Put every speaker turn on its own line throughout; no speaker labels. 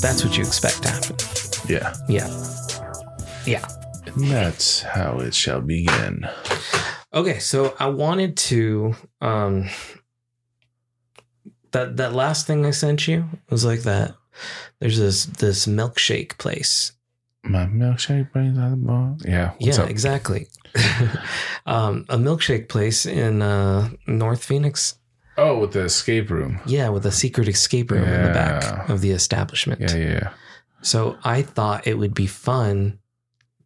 That's what you expect to happen.
Yeah.
Yeah. Yeah.
And that's how it shall begin.
Okay, so I wanted to um that that last thing I sent you was like that. There's this this milkshake place.
My milkshake brings out the ball. Yeah. What's
yeah,
up?
exactly. um, a milkshake place in uh, North Phoenix.
Oh, with the escape room.
Yeah, with a secret escape room in the back
Yeah.
of the establishment.
Yeah, yeah, yeah.
So I thought it would be fun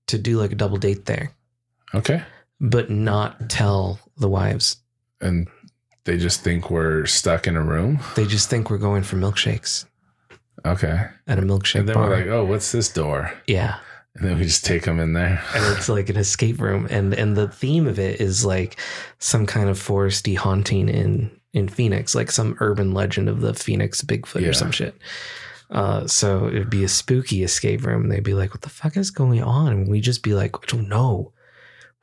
to do like a double date there,
Okay.
but not tell the wives.
And they just think we're stuck in a room.
They just think we're going for milkshakes
Okay.
at a milkshake
And then
bar.
we're like, oh, what's this door?
yeah,
And then we just take them in there.
and it's like an escape room, and and the theme of it is like some kind of foresty haunting in in Phoenix, like some urban legend of the Phoenix Bigfoot
Yeah.
or some shit. Uh, so it'd be a spooky escape room, and they'd be like, "What the fuck is going on?" And we'd just be like, "I don't know.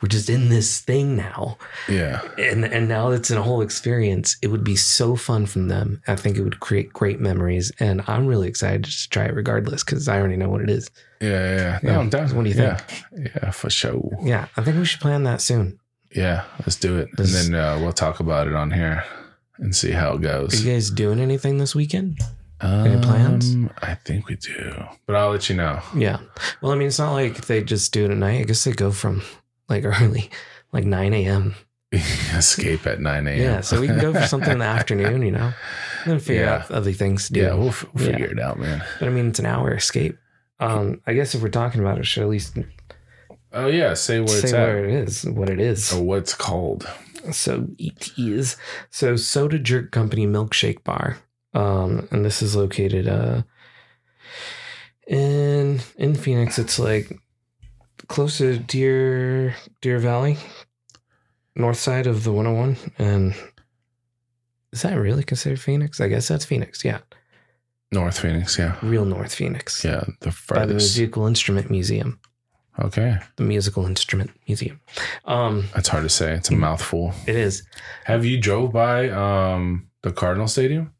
We're just in this thing now."
Yeah.
and and now it's a whole experience. It would be so fun from them. I think it would create great memories, and I'm really excited to try it regardless because I already know what it is.
Yeah, yeah.
Yeah.
No, I'm down.
What do you
yeah. think? Yeah, for sure.
Yeah, I think we should plan that soon.
Yeah, let's do it.
This-
and then uh, we'll talk about it on here and see how it
Are
goes.
you guys doing anything this weekend?
Um,
plans?
I think we do, but I'll let you know.
Yeah. Well, I mean, it's not like they just do it at night. I guess they go from like early, like 9 a.m.
Escape at 9
Yeah.
a.m.
so we can go for something in the afternoon, you know, and then figure
Yeah.
out other things to do.
Yeah, we'll, f- we'll
Yeah.
figure it out, man.
But I mean, it's an hour escape. Um, I guess if we're talking about it, should at least
Oh, yeah, say where it's
say
at
where it is, what it is.
or what it's called.
so it is so soda jerk company milkshake bar um and this is located uh in in phoenix it's like close to deer deer valley north side of the 101 and is that really considered phoenix i guess that's phoenix yeah
North Phoenix, yeah.
real north phoenix
Yeah, the
by the
farthest.
musical instrument museum
Okay,
the musical instrument museum um
that's hard to say. It's a mouthful.
it is
Have you drove by um, the Cardinal Stadium?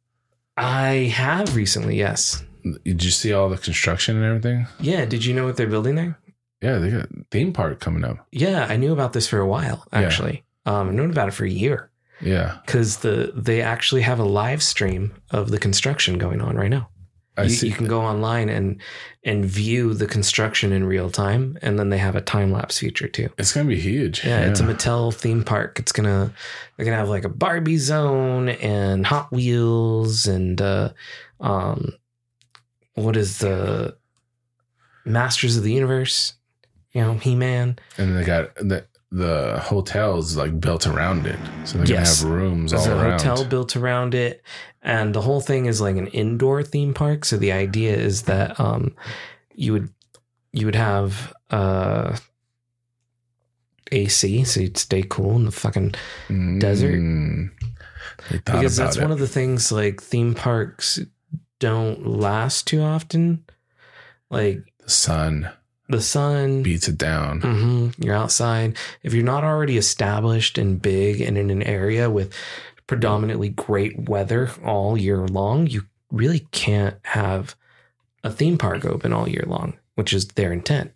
i have recently yes
Did you see all the construction and everything?
yeah did you know what they're building there
Yeah, they got theme park coming up.
Yeah, I knew about this for a while
Yeah.
actually. Um, I've known about it for a year
Yeah,
because the they actually have a live stream of the construction going on right now.
I
you,
see.
you can go online and and view the construction in real time, and then they have a time lapse feature too.
It's gonna be huge.
Yeah, it's a Mattel theme park. It's gonna they're gonna have like a Barbie zone and Hot Wheels and uh, um, what is the Masters of the Universe? You know, He Man.
and they got the the hotels like built around it, so they're
Yes.
gonna have rooms all
There's a
around.
hotel built around it, and the whole thing is like an indoor theme park. So the idea is that um, you would you would have uh, AC, so you'd stay cool in the fucking desert.
Mm. They thought
because
about
that's
it.
one of the things like theme parks don't last too often. Like
the sun
the sun,
beats it down.
hmm You're outside. If you're not already established and big and in an area with predominantly great weather all year long, you really can't have a theme park open all year long, which is their intent.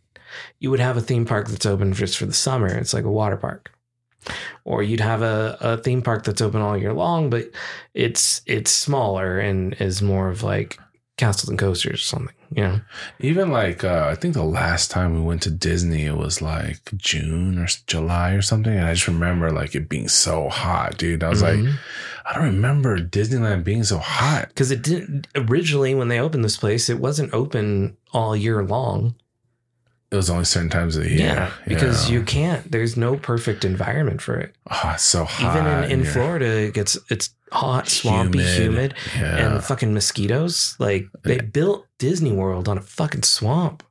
You would have a theme park that's open just for the summer. It's like a water park. Or you'd have a, a theme park that's open all year long, but it's it's smaller and is more of like castles and coasters or something, you know?
Even like uh, I think the last time we went to Disney, it was like June or s- July or something, and I just remember like it being so hot, dude. I was
Mm-hmm.
like, I don't remember Disneyland being so hot.
because it didn't originally when they opened this place it wasn't open all year long
It was only certain times of the year.
because
Yeah.
you can't there's no perfect environment for it
oh, it's so hot
even in, in
and you're
florida it gets it's hot swampy humid,
Yeah.
and fucking mosquitoes like they
Yeah.
built disney world on a fucking swamp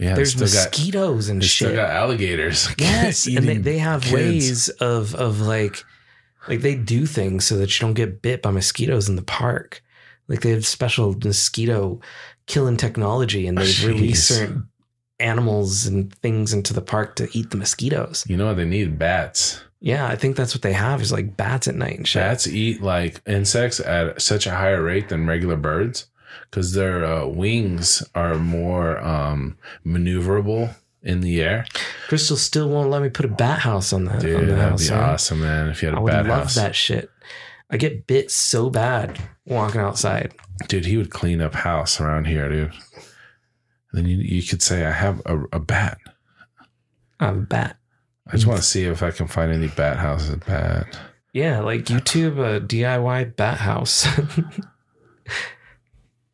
yeah, they
there's
still got-
mosquitoes and
They
shit
still got alligators.
yes and they,
eating
they have
kids.
ways of of like like they do things so that you don't get bit by mosquitoes in the park like they have special mosquito killing technology and they've released
Jeez.
certain animals and things into the park to eat the mosquitoes.
You know what? They need bats.
Yeah, I think that's what they have is like bats at night and shit.
Bats eat like insects at such a higher rate than regular birds because their uh, wings are more um, maneuverable in the air.
Crystal still won't let me put a bat house on that.
Dude,
on the
that'd
house,
be
man.
awesome, man. If you had
I
a
would
bat
love
house,
that shit. I get bit so bad walking outside.
dude, he would clean up house around here, dude. And then you, you could say, I have a, a bat.
I'm a bat.
I
Mm.
just want to see if I can find any bat houses. Bat.
Yeah, like YouTube uh, a DIY bat house.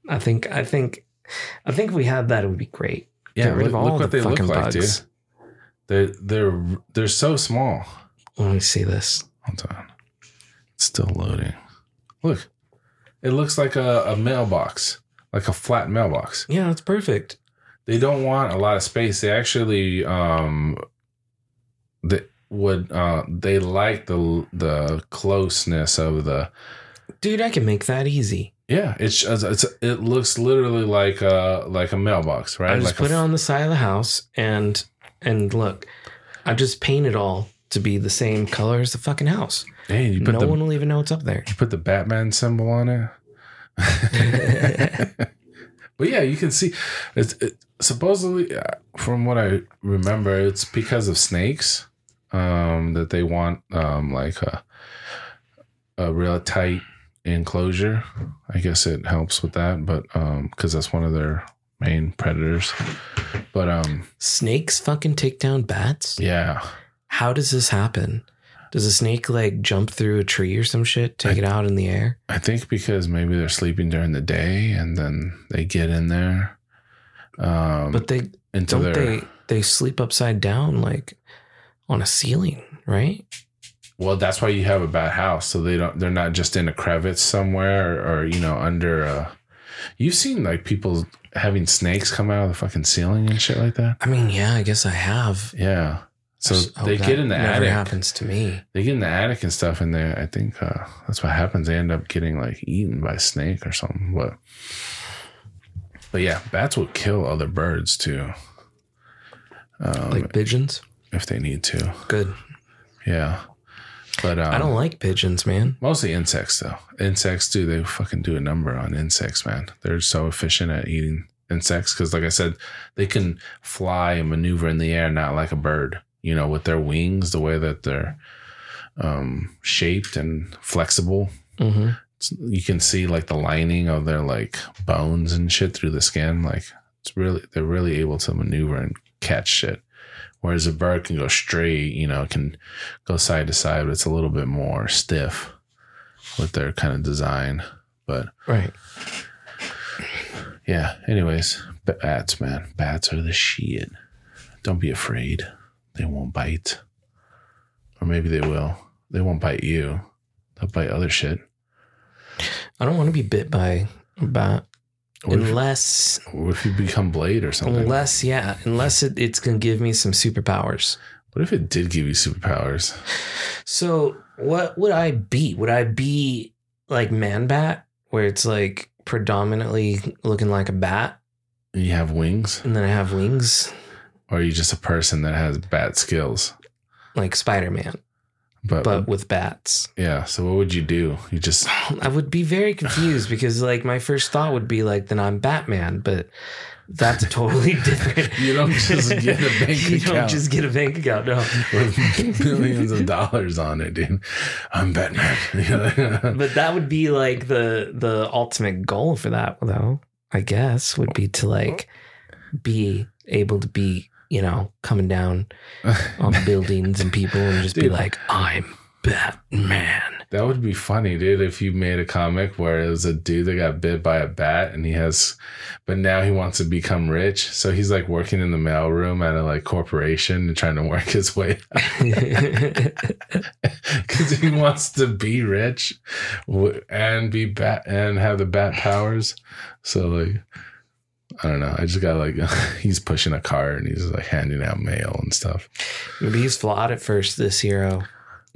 I think I think I think if we had that it would be great.
Yeah,
rid
look,
of all
look what
the
they look
fucking
like,
bugs.
dude. They're they're they're so small.
Let me see this.
Hold on, it's still loading. Look, it looks like a, a mailbox, like a flat mailbox.
Yeah, that's perfect.
They don't want a lot of space. They actually um, they would uh they like the the closeness of the
Dude, I can make that easy.
yeah. It's it's it looks literally like a like a mailbox, right?
I just
like
put
a,
it on the side of the house and and look, I just paint it all to be the same color as the fucking house.
Hey, you put
no
the
one will even know it's up there.
You put the Batman symbol on it. but yeah, you can see. It's, it, supposedly, uh, from what I remember, it's because of snakes um, that they want um, like a, a real tight enclosure. I guess it helps with that, but because that's one of their main predators. But um,
Snakes fucking take down bats?
yeah,
How does this happen? Does a snake like jump through a tree or some shit, take it out in the air?
I think because maybe they're sleeping during the day and then they get in there. Um,
But they
into
don't
their,
they they sleep upside down like on a ceiling, right?
Well, that's why you have a bad house, so they don't. They're not just in a crevice somewhere, or, or, you know, under. A, you've seen like people having snakes come out of the fucking ceiling and shit like that.
I mean, yeah, I guess I have.
Yeah, so
Oh,
they
that
get in the
never
attic.
happens to me.
They get in the attic and stuff, and they. I think uh, that's what happens. They end up getting like eaten by a snake or something. But, but yeah, bats will kill other birds too, um,
Like pigeons?
if they need to.
Good.
Yeah, but um,
I don't like pigeons, man.
Mostly insects, though. Insects do they fucking do a number on insects, man. They're so efficient at eating insects because, like I said, they can fly and maneuver in the air, not like a bird. You know, with their wings, the way that they're um, shaped and flexible,
hmm
It's- you can see like the lining of their like bones and shit through the skin. Like it's really they're really able to maneuver and catch shit. Whereas a bird can go straight, you know, can go side to side, but it's a little bit more stiff with their kind of design. But
Right.
yeah, anyways, bats, man, bats are the shit. Don't be afraid; they won't bite, or maybe they will. They won't bite you. They'll bite other shit.
I don't want to be bit by a bat
What if- Oh,
unless
What if you become Blade or something?
unless yeah, unless it, it's gonna give me some superpowers.
what if it did give you superpowers?
So what would I be? Would I be like man bat, where it's like predominantly looking like a bat,
And you have wings?
and then I have wings
Or are you just a person that has bat skills?
like Spider Man,
But,
but with bats?
yeah, so what would you do? You just
I would be very confused because like my first thought would be like, then I'm Batman, but that's totally different.
You don't just get a bank
You don't
account.
just get a bank account. No.
with millions of dollars on it, dude. I'm Batman. Yeah.
but that would be like the the ultimate goal for that though i guess would be to like be able to be you know coming down on buildings and people and just be
Dude.
like i'm batman
that would be funny, dude, if you made a comic where it was a dude that got bit by a bat and he has but now he wants to become rich. So he's like working in the mailroom at a like corporation and trying to work his way because he wants to be rich w- and be bat and have the bat powers. So like, I don't know. I just got like he's pushing a cart and he's like handing out mail and stuff.
maybe he's flawed at first this hero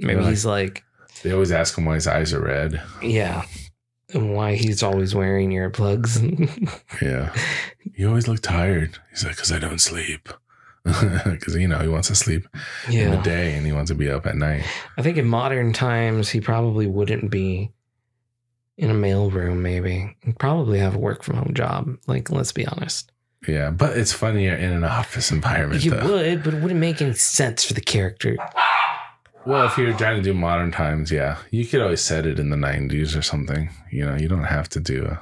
maybe
Really?
he's like
They always ask him why his eyes are red.
yeah and why he's always wearing earplugs.
Yeah. You always look tired. He's like, because I don't sleep. Because, you know, he wants to sleep in the
yeah.
day and he wants to be up at night.
I think in modern times, he probably wouldn't be in a mail room, maybe. He'd probably have a work from home job. Like, let's be honest.
Yeah. But it's funnier in an office environment,
He
though.
would, but it wouldn't make any sense for the character.
Well, if you're trying to do modern times, yeah. You could always set it in the 90s or something. You know, you don't have to do a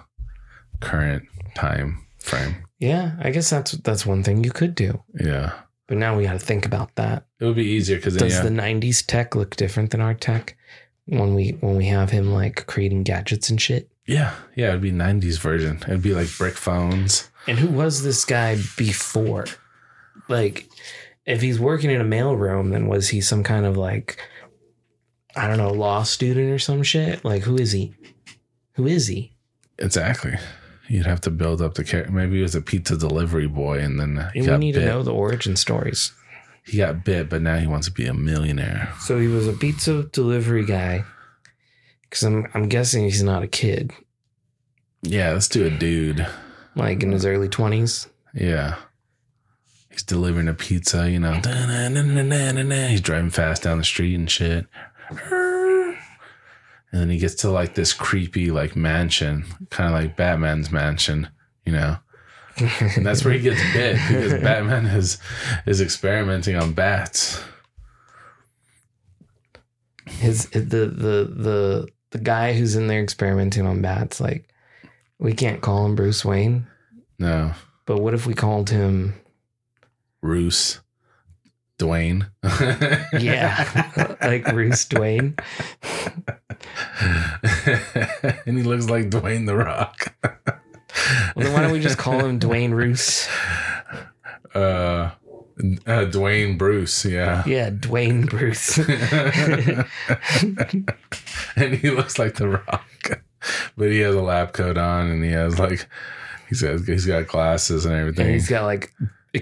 current time frame.
Yeah, I guess that's that's one thing you could do.
Yeah.
But now we got to think about that.
It would be easier because
Does
yeah.
the '90s tech look different than our tech when we when we have him like creating gadgets and shit?
Yeah, yeah, it'd be '90s version. It'd be like brick phones.
And who was this guy before? Like, if he's working in a mailroom, then was he some kind of like, I don't know, law student or some shit? Like, who is he? Who is he?
Exactly. You'd have to build up the character. Maybe he was a pizza delivery boy, and then he
And we
got
need
bit.
to know the origin stories.
He got bit, but now he wants to be a millionaire.
So he was a pizza delivery guy. Because I'm, I'm guessing he's not a kid,
Yeah, let's do a dude.
like in his early 20s.
Yeah. He's delivering a pizza, you know. Da-na-na-na-na-na. He's driving fast down the street and shit. And then he gets to like this creepy like mansion, kind of like Batman's mansion, you know. And that's where he gets bit because Batman is is experimenting on bats.
his the the the the guy who's in there experimenting on bats like we can't call him bruce wayne
No,
but what if we called him
Roos, Dwayne.
yeah like bruce dwayne
and he looks like Dwayne the Rock.
well, then why don't we just call him dwayne roos
uh, uh Dwayne Bruce, yeah.
yeah dwayne bruce
and he looks like the rock. But he has a lab coat on and he has like he's got he's got glasses and everything.
and he's got like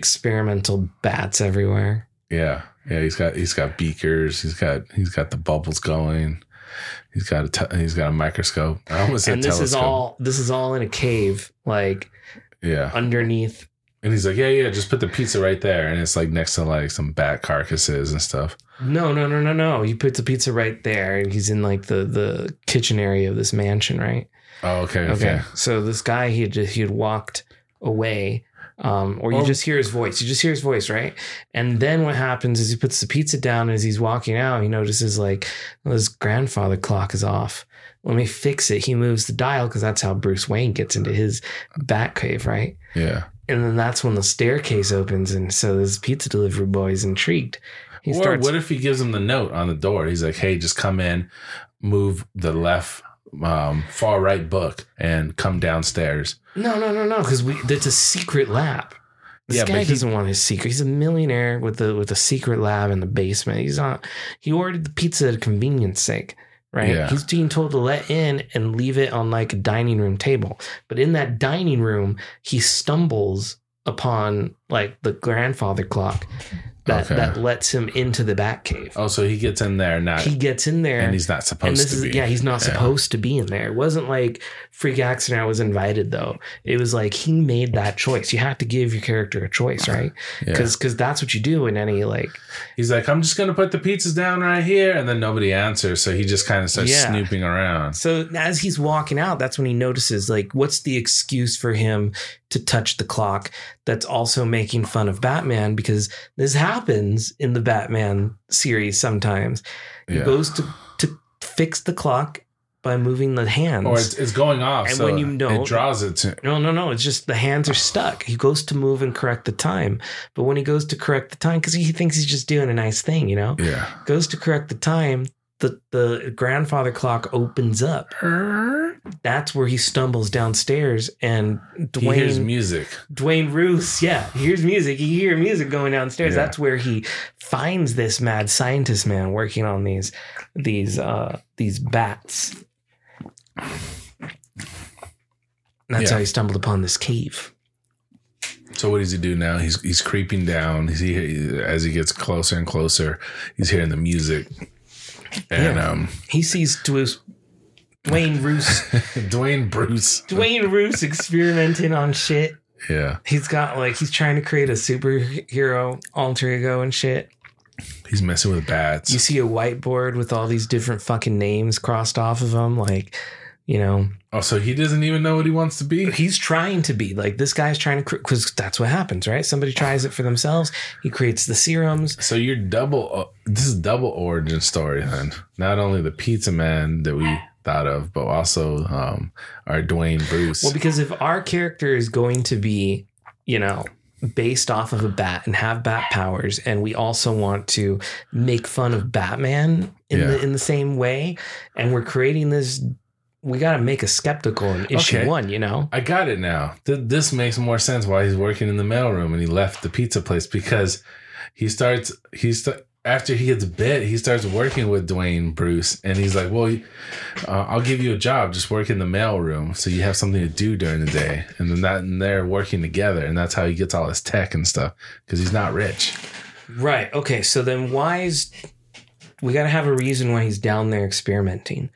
experimental bats everywhere
yeah. Yeah, he's got he's got beakers, he's got he's got the bubbles going. He's got a te- he's got a microscope. I almost said
and this
telescope.
is all this is all in a cave like
yeah.
underneath
And he's like, "Yeah, yeah, just put the pizza right there." And it's like next to like some bat carcasses and stuff.
no no no no no you put the pizza right there and he's in like the the kitchen area of this mansion right
Oh, okay. Okay.
Okay. So this guy, he had just, he had walked away, um, or you
Oh.
just hear his voice. You just hear his voice, right? And then what happens is he puts the pizza down as he's walking out. He notices like well, his grandfather clock is off. Let me fix it. He moves the dial because that's how Bruce Wayne gets into his bat cave, right?
Yeah.
And then that's when the staircase opens, and so this pizza delivery boy is intrigued. He
or
starts.
what if he gives him the note on the door? He's like, "Hey, just come in, move the left, um, far right book, and come downstairs."
no, no, no, no, because we that's a secret lab. This
Yeah, but
guy
he-
doesn't want his secret. He's a millionaire with the with a secret lab in the basement. He's not. He ordered the pizza at convenience sake, right?
Yeah.
He's being told to let in and leave it on like a dining room table. But in that dining room, he stumbles upon like the grandfather clock that
Okay.
that lets him into the Batcave.
Oh, so he gets in there not,
he gets in there
and he's not
and
supposed
this is
to be.
yeah he's not
Yeah.
supposed to be in there it wasn't like freak accident i was invited though it was like he made that choice you have to give your character a choice right
Yeah.
because that's what you do in any like
He's like, "I'm just gonna put the pizzas down right here," and then nobody answers, so he just kind of starts
Yeah.
snooping around.
so as he's walking out that's when he notices like what's the excuse for him to touch the clock that's also making fun of batman because this happens in the batman series sometimes he
Yeah.
goes to to fix the clock by moving the hands
Or it's, it's going off,
And
so
when you don't-
it draws it to.
No, no, no. It's just the hands are stuck. He goes to move and correct the time. But when he goes to correct the time, because he thinks he's just doing a nice thing, you know,
Yeah.
goes to correct the time, the, the grandfather clock opens up. That's where he stumbles downstairs and
He hears
Dwayne
music.
Dwayne Roos, yeah, he hears music. You hear music going downstairs.
Yeah.
That's where he finds this mad scientist man working on these these uh these bats. And That's
Yeah.
how he stumbled upon this cave.
So what does he do now? He's he's creeping down. He's, he as he gets closer and closer, he's hearing the music, and
Yeah.
um,
He sees Bruce, Dwayne Roos.
Dwayne Bruce.
Dwayne Roos experimenting on shit.
Yeah.
He's got like he's trying to create a superhero alter ego and shit.
He's messing with bats.
You see a whiteboard with all these different fucking names crossed off of them, like you know
oh, so he doesn't even know what he wants to be.
he's trying to be like this guy's trying to because that's what happens, right? Somebody tries it for themselves. He creates the serums.
So you're double. Uh, this is double origin story then. Not only the pizza man that we thought of, but also um, our Dwayne Bruce.
Well, because if our character is going to be, you know, based off of a bat and have bat powers, and we also want to make fun of Batman in the
Yeah.
in the same way, and we're creating this, we got to make a skeptical in issue
Okay.
one, you know.
I got it now. Th- this makes more sense why he's working in the mailroom and he left the pizza place because he starts he st- after he gets bit he starts working with Dwayne Bruce and he's like, "Well, uh, I'll give you a job, just work in the mailroom so you have something to do during the day." And then that and they're working together and that's how he gets all his tech and stuff because he's not rich.
Right. Okay. So then why is we got to have a reason why he's down there experimenting?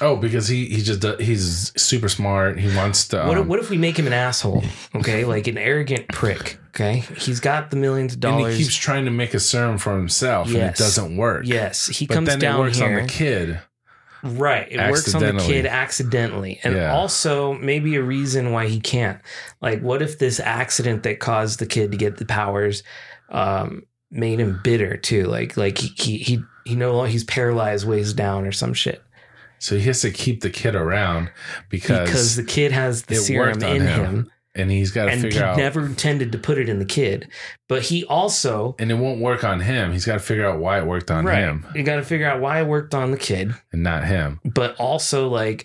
Oh, because he he just do- he's super smart. He wants to.
what,
um,
what if we make him an asshole? Okay, like an arrogant prick. Okay, he's got the millions of
and
dollars.
he keeps trying to make a serum for himself, and
Yes.
it doesn't work.
yes, he
but
comes
then
down
it works
here.
on the kid.
Right. It works on the
Accidentally.
kid accidentally. And
Yeah.
also maybe a reason why he can't. Like, what if this accident that caused the kid to get the powers um, made him bitter too? Like like he he he, he no longer he's paralyzed ways down or some shit.
So he has to keep the kid around because,
Because the kid has the
it
serum
worked on
in him,
him and he's got to
and he
figure out
never intended to put it in the kid. But he also
and it won't work on him. He's got to figure out why it worked on
Right.
him
You got to figure out why it worked on the kid,
and not him.
but also like,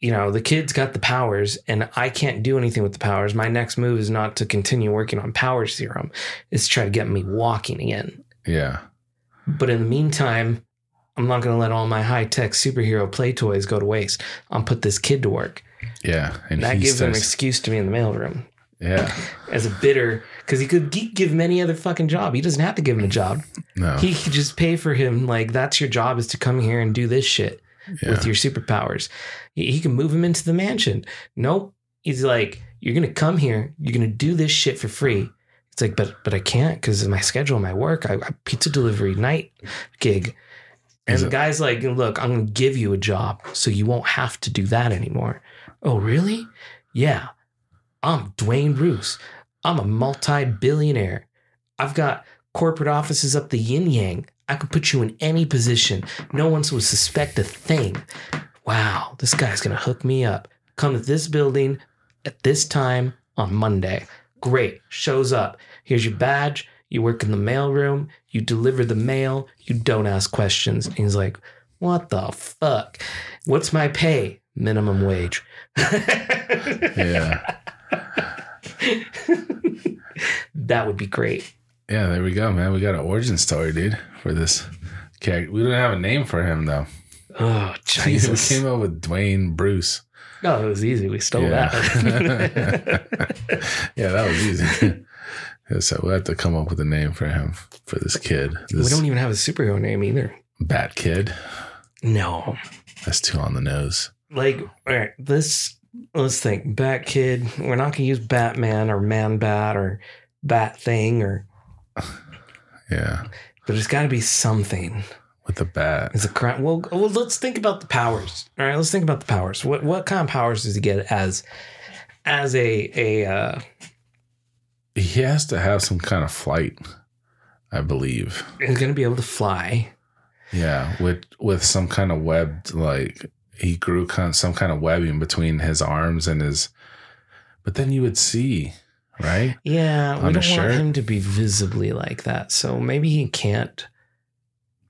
you know, the kid's got the powers, and I can't do anything with the powers. My next move is not to continue working on power serum; it's to try to get me walking again.
Yeah.
But in the meantime, I'm not going to let all my high tech superhero play toys go to waste. I'll put this kid to work.
Yeah.
And
And
that
he
gives him an
says-
excuse to be in the mailroom
Yeah.
as a bidder because he could he could give him any other fucking job. He doesn't have to give him a job.
No.
He could just pay for him. Like that's your job is to come here and do this shit.
yeah.
with your superpowers. He, he can move him into the mansion. Nope. He's like, you're gonna come here. You're gonna do this shit for free. It's like, but but I can't because of my schedule, my work, I, I pizza delivery night gig. And
Is
the
it-
guy's like, look, I'm gonna give you a job so you won't have to do that anymore. Oh, really? Yeah. I'm Dwayne Roos. I'm a multi-billionaire. I've got corporate offices up the yin yang. I could put you in any position. No one would suspect a thing. Wow, this guy's gonna hook me up. Come to this building at this time on Monday. Great, shows up. Here's your badge. You work in the mailroom. You deliver the mail. You don't ask questions. And he's like, "What the fuck? What's my pay? Minimum wage."
yeah.
That would be great.
Yeah. There we go, man. We got an origin story, dude, for this character. We don't have a name for him, though.
Oh
We
Jesus!
came up with Dwayne Bruce.
Oh, it was easy. We stole
yeah.
that.
yeah, that was easy. Yeah, so we'll have to come up with a name for him, for this kid.
we
This
don't even have a superhero name either.
bat kid.
No,
That's too on the nose.
like all right let's let's think bat kid we're not gonna use batman or man bat or bat thing or
Yeah.
but it's got to be something
With the bat.
it's a crime well, well let's think about the powers all right let's think about the powers what what kind of powers does he get as as a a uh
He has to have some kind of flight, I believe.
he's gonna be able to fly
Yeah, with with some kind of web like he grew kind some kind of webbing between his arms and his. But then you would see, right?
yeah we
On a
don't want
shirt?
him to be visibly like that so maybe he can't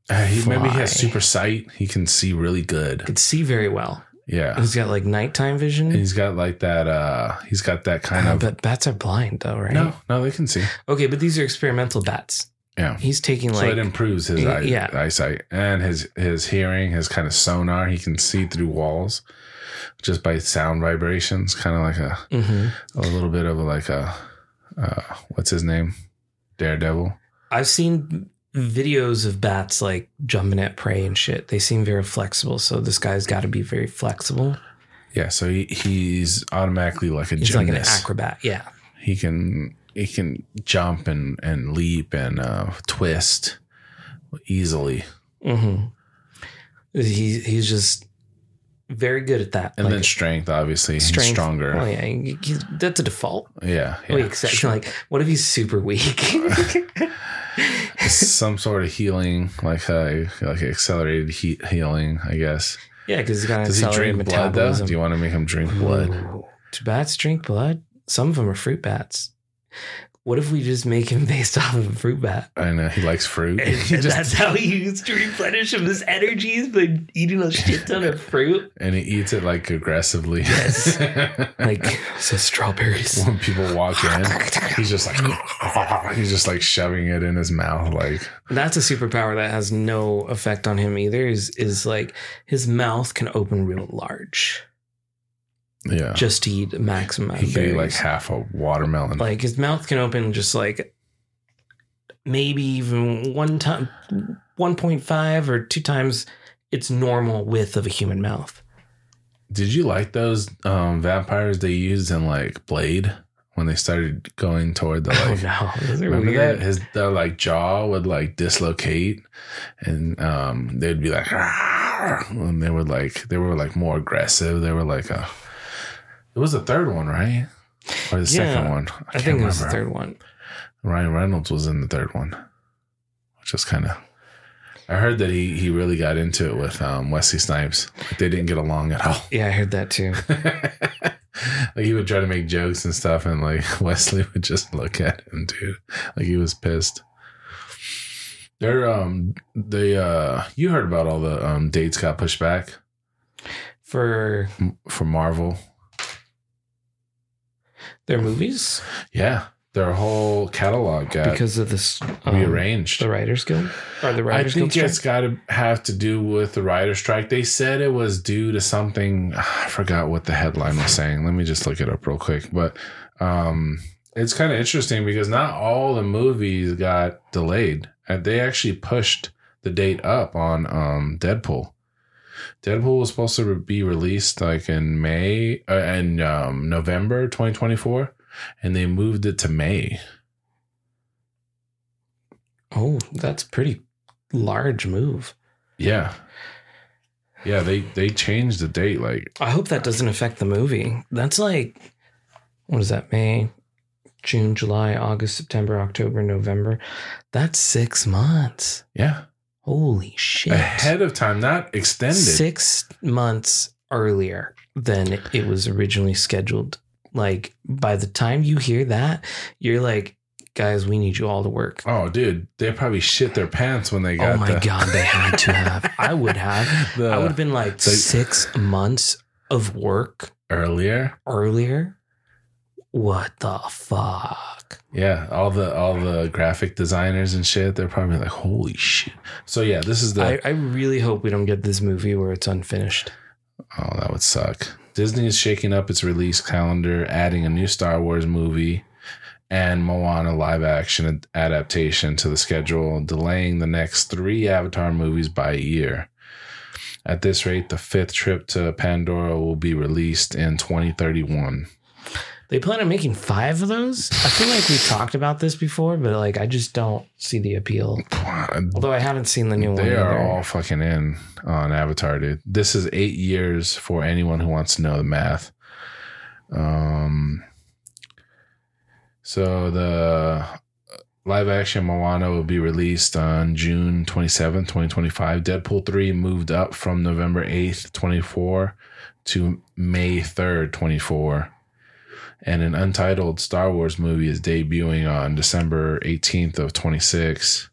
Uh, he, maybe he has
Fly.
super sight. He can see really good.
could see very well
Yeah,
he's got like nighttime
and
vision
he's got like that. uh He's got that kind
uh,
of.
but bats are blind though right
No, no, they can see.
okay but these are experimental bats
Yeah.
he's taking
so it
like
improves his eye,
Yeah.
eyesight and his his hearing, his kind of sonar. He can see through walls just by sound vibrations, kind of like a
Mhm.
a little bit of a, like a uh, what's his name, Daredevil.
I've seen videos of bats like jumping at prey and shit. They seem very flexible. So this guy's got to be very flexible.
Yeah, so he, he's automatically like a
He's like an
gymnast.
acrobat. Yeah.
he can he can jump and and leap and uh, twist easily,
Mm-hmm. He, he's just very good at that.
and
Like,
then strength obviously he's stronger.
Oh, yeah. he- he- that's a default.
yeah, yeah.
Weak section. Like, what if he's super weak?
some sort of healing, like uh, like accelerated heat healing, I guess.
yeah, because he's got an
Does he
accelerated
drink blood though?
metabolism.
Do you want to make him drink blood?
Ooh. Do bats drink blood? Some of them are fruit bats. What if we just make him based off of a fruit bat?
I know he likes fruit.
And
He just-
that's how he used to replenish him. His energies by eating a shit ton of fruit.
and he eats it like aggressively.
Yes. Like so strawberries.
when people walk in, he's just like he's just like shoving it in his mouth. Like
That's a superpower that has no effect on him either. Is is like his mouth can open real large
yeah,
just to eat the maximum amount
Oh. he
of
could eat like
berries.
half a watermelon.
Like his mouth can open just like maybe even one time, one point five or two times its normal width of a human mouth.
Did you like those um, vampires they used in like Blade when they started going toward the like?
oh no, those are
Remember
weird.
that his their like jaw would like dislocate, and um they'd be like, "Argh!" and they would like they were like more aggressive. They were like a. It was the third one, right? Or the second
Yeah,
one?
I think it was the third one.
Ryan Reynolds was in the third one, which was kind of. I heard that he he really got into it with um, Wesley Snipes. Like they didn't get along at all.
Yeah, I heard that too.
like he would try to make jokes and stuff, and like Wesley would just look at him, dude. Like he was pissed. They're um they uh you heard about all the um dates got pushed back
For
m- for Marvel.
their movies
Yeah, their whole catalog got
because of this um,
rearranged.
the Writers Guild or the
I
Writers Guild.
think it's
strike?
got to have to do with the writer strike. They said it was due to something. I forgot what the headline was saying. Let me just look it up real quick. But um, it's kind of interesting because not all the movies got delayed. And They actually pushed the date up on um, Deadpool. Deadpool was supposed to be released like in May uh, and um, November 2024, and they moved it to May.
Oh, that's pretty large move.
Yeah. Yeah, they they changed the date like
I hope that doesn't affect the movie. That's like what is that? May, June, July, August, September, October, November. That's six months.
yeah,
Holy shit!
ahead of time, not extended.
Six months earlier than it was originally scheduled. Like by the time you hear that, you're like, guys, we need you all to work.
Oh, dude, they probably shit their pants when they got.
Oh my
the-
god, they had to have. I would have.
the
I would have been like
Uh, so-
six months of work
earlier.
earlier. What the fuck?
Yeah, all the all the graphic designers and shit, they're probably like, holy shit. So yeah, this is the.
I, I really hope we don't get this movie where it's unfinished.
oh, that would suck. Disney is shaking up its release calendar, adding a new Star Wars movie and Moana live action adaptation to the schedule, delaying the next three Avatar movies by a year. At this rate, the fifth trip to Pandora will be released in 2031.
They plan on making five of those. I feel like we talked about this before, but like I just don't see the appeal. Although I haven't seen the new one.
They are
either.
all fucking in on Avatar, dude. This is eight years for anyone who wants to know the math. Um, so the live action Moana will be released on June twenty seventh, 2025. Deadpool 3 moved up from November 8th, 24 to May 3rd, 24. And an untitled Star Wars movie is debuting on December 18th of 26.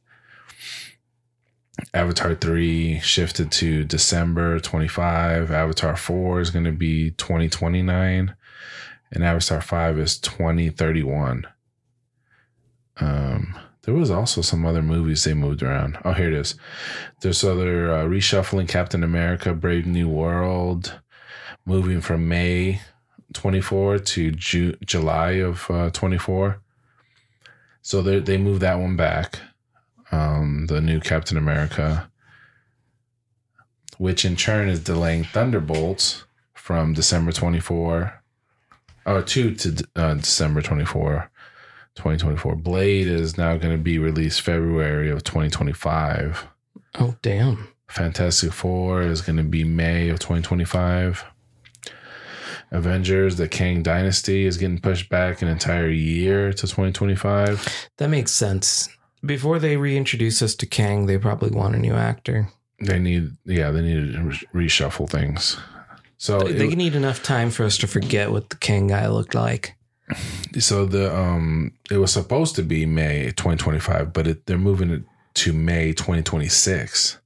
Avatar 3 shifted to December 25. Avatar 4 is going to be 2029. And Avatar 5 is 2031. Um, there was also some other movies they moved around. Oh, here it is. There's so they're uh, reshuffling Captain America, Brave New World, moving from May 24 to Ju- July of uh, 24. So they they moved that one back. um, the new Captain America, which in turn is delaying Thunderbolts from December 24 or 2 to uh, December 24, 2024. Blade is now going to be released February of 2025.
Oh, damn.
Fantastic Four is going to be May of 2025. Avengers, the Kang Dynasty is getting pushed back an entire year to 2025.
That makes sense. Before they reintroduce us to Kang, they probably want a new actor.
They need, yeah, they need to re- reshuffle things. So
They, they need enough time for us to forget what the Kang guy looked like.
it- so the um it was supposed to be May 2025, but it, they're moving it to May 2026.